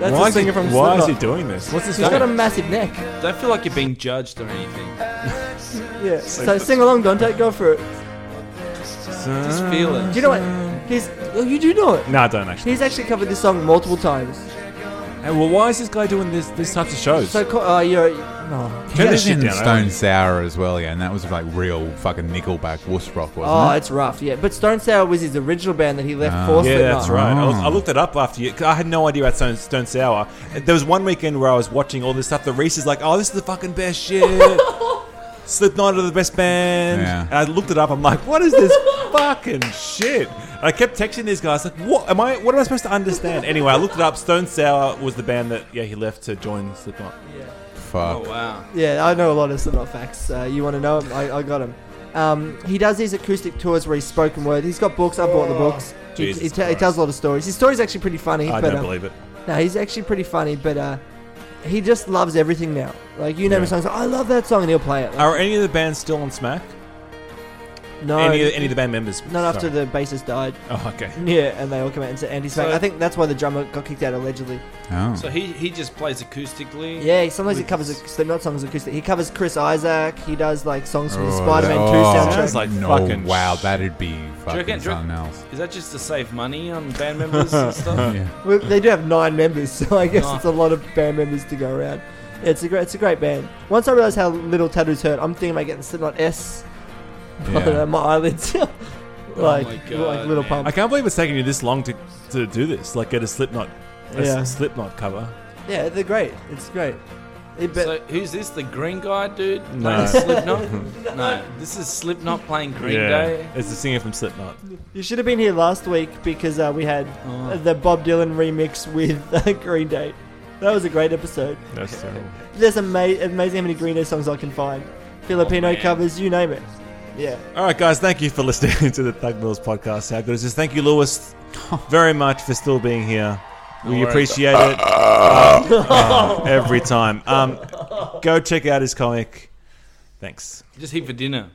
[SPEAKER 4] That's
[SPEAKER 5] Why,
[SPEAKER 4] a
[SPEAKER 5] is he,
[SPEAKER 4] singer from
[SPEAKER 5] why is he
[SPEAKER 4] Slipknot.
[SPEAKER 5] doing this? What's this
[SPEAKER 4] He's got a
[SPEAKER 5] going?
[SPEAKER 4] massive neck.
[SPEAKER 6] Don't feel like you're being judged or anything.
[SPEAKER 4] Yeah. So sing along, Dante. Go for it.
[SPEAKER 6] Just feel it.
[SPEAKER 4] Do you know what? He's. Oh, you do know it.
[SPEAKER 5] No, I don't actually.
[SPEAKER 4] He's actually covered this song multiple times.
[SPEAKER 5] Hey, well, why is this guy doing this these types of shows?
[SPEAKER 4] So, co- uh, you're. No.
[SPEAKER 3] He
[SPEAKER 5] Turn
[SPEAKER 3] was
[SPEAKER 5] this shit
[SPEAKER 3] in
[SPEAKER 5] down, I
[SPEAKER 3] Stone
[SPEAKER 5] don't-
[SPEAKER 3] Sour as well, yeah, and that was like real fucking Nickelback wuss rock, wasn't
[SPEAKER 4] Oh,
[SPEAKER 3] it?
[SPEAKER 4] it's rough, yeah. But Stone Sour was his original band that he left for
[SPEAKER 5] Ah. yeah,
[SPEAKER 4] Slipknot.
[SPEAKER 5] that's right. I, was-
[SPEAKER 3] Oh.
[SPEAKER 5] I looked it up after you. 'cause I had no idea about Stone, Stone Sour. There was one weekend where I was watching all this stuff. The Reese is like, "Oh, this is the fucking best shit." Slipknot are the best band.
[SPEAKER 3] Yeah.
[SPEAKER 5] And I looked it up. I'm like, "What is this fucking shit?" And I kept texting these guys, like, "What am I? What am I supposed to understand?" Anyway, I looked it up. Stone Sour was the band that yeah he left to join Slipknot.
[SPEAKER 3] Fuck.
[SPEAKER 6] Oh, wow.
[SPEAKER 4] Yeah, I know a lot of Slipknot facts. Uh, you want to know 'em? I, I got him. Um, he does these acoustic tours where he's spoken word. He's got books. I bought the books. He,
[SPEAKER 5] Jesus
[SPEAKER 4] he, te- he tells a lot of stories. His story's actually pretty funny.
[SPEAKER 5] I
[SPEAKER 4] but,
[SPEAKER 5] don't
[SPEAKER 4] um,
[SPEAKER 5] believe it.
[SPEAKER 4] No, he's actually pretty funny, but uh, he just loves everything now. Like, you name a
[SPEAKER 5] Yeah.
[SPEAKER 4] song, he's like, I love that song, and he'll play it. Like,
[SPEAKER 5] Are any of the bands still on Smack?
[SPEAKER 4] no,
[SPEAKER 5] any, any of the band members?
[SPEAKER 4] not after
[SPEAKER 5] Sorry.
[SPEAKER 4] the bassist died.
[SPEAKER 5] Uh, Oh, okay.
[SPEAKER 4] Yeah, and they all come out and say anti smack.
[SPEAKER 6] So-
[SPEAKER 4] I think that's why the drummer got kicked out allegedly.
[SPEAKER 3] Oh.
[SPEAKER 6] So he, he just plays acoustically.
[SPEAKER 4] Yeah, sometimes he
[SPEAKER 6] With-
[SPEAKER 4] covers Slipknot songs acoustic. He covers Chris Isaac. He does like songs from the
[SPEAKER 3] Oh,
[SPEAKER 4] Spider-Man
[SPEAKER 3] that-
[SPEAKER 4] 2
[SPEAKER 3] oh,
[SPEAKER 4] soundtrack.
[SPEAKER 5] Sounds like
[SPEAKER 3] no,
[SPEAKER 5] fucking
[SPEAKER 3] wow,
[SPEAKER 5] sh-
[SPEAKER 3] that'd be fucking
[SPEAKER 6] reckon- do you
[SPEAKER 3] something else.
[SPEAKER 6] Is that just to save money on band members and stuff?
[SPEAKER 3] Yeah.
[SPEAKER 4] Well, they do have nine members, so I guess
[SPEAKER 6] Nice.
[SPEAKER 4] it's a lot of band members to go around. It's a great, it's a great band. Once I realized how little tattoos hurt, I'm thinking about getting Slipknot S on
[SPEAKER 3] Yeah.
[SPEAKER 4] uh, my eyelids, like,
[SPEAKER 6] Oh
[SPEAKER 4] like
[SPEAKER 6] God,
[SPEAKER 4] little
[SPEAKER 6] man.
[SPEAKER 4] pump.
[SPEAKER 5] I can't believe it's taking you this long to, to do this. Like, get a Slipknot, a
[SPEAKER 4] Yeah.
[SPEAKER 5] s- Slipknot cover.
[SPEAKER 4] Yeah, they're great. It's great. It, but
[SPEAKER 6] so who's this? The green guy, dude? Playing
[SPEAKER 5] No.
[SPEAKER 6] Slipknot? no, this is Slipknot playing Green Day.
[SPEAKER 5] it's the singer from Slipknot.
[SPEAKER 4] you should have been here last week because uh, we had
[SPEAKER 6] Oh.
[SPEAKER 4] the Bob Dylan remix with uh, Green Day. That was a great episode.
[SPEAKER 5] That's terrible.
[SPEAKER 4] There's ama- amazing how many Green Day songs I can find. Filipino
[SPEAKER 6] Oh, man.
[SPEAKER 4] covers, you name it. Yeah.
[SPEAKER 5] All right, guys, thank you for listening to the Thug Mills podcast. How good is this? Thank you, Lewis, very much for still being here. We
[SPEAKER 6] worries.
[SPEAKER 5] appreciate it uh, every time. Um, go check out his comic. Thanks.
[SPEAKER 6] Just here for dinner.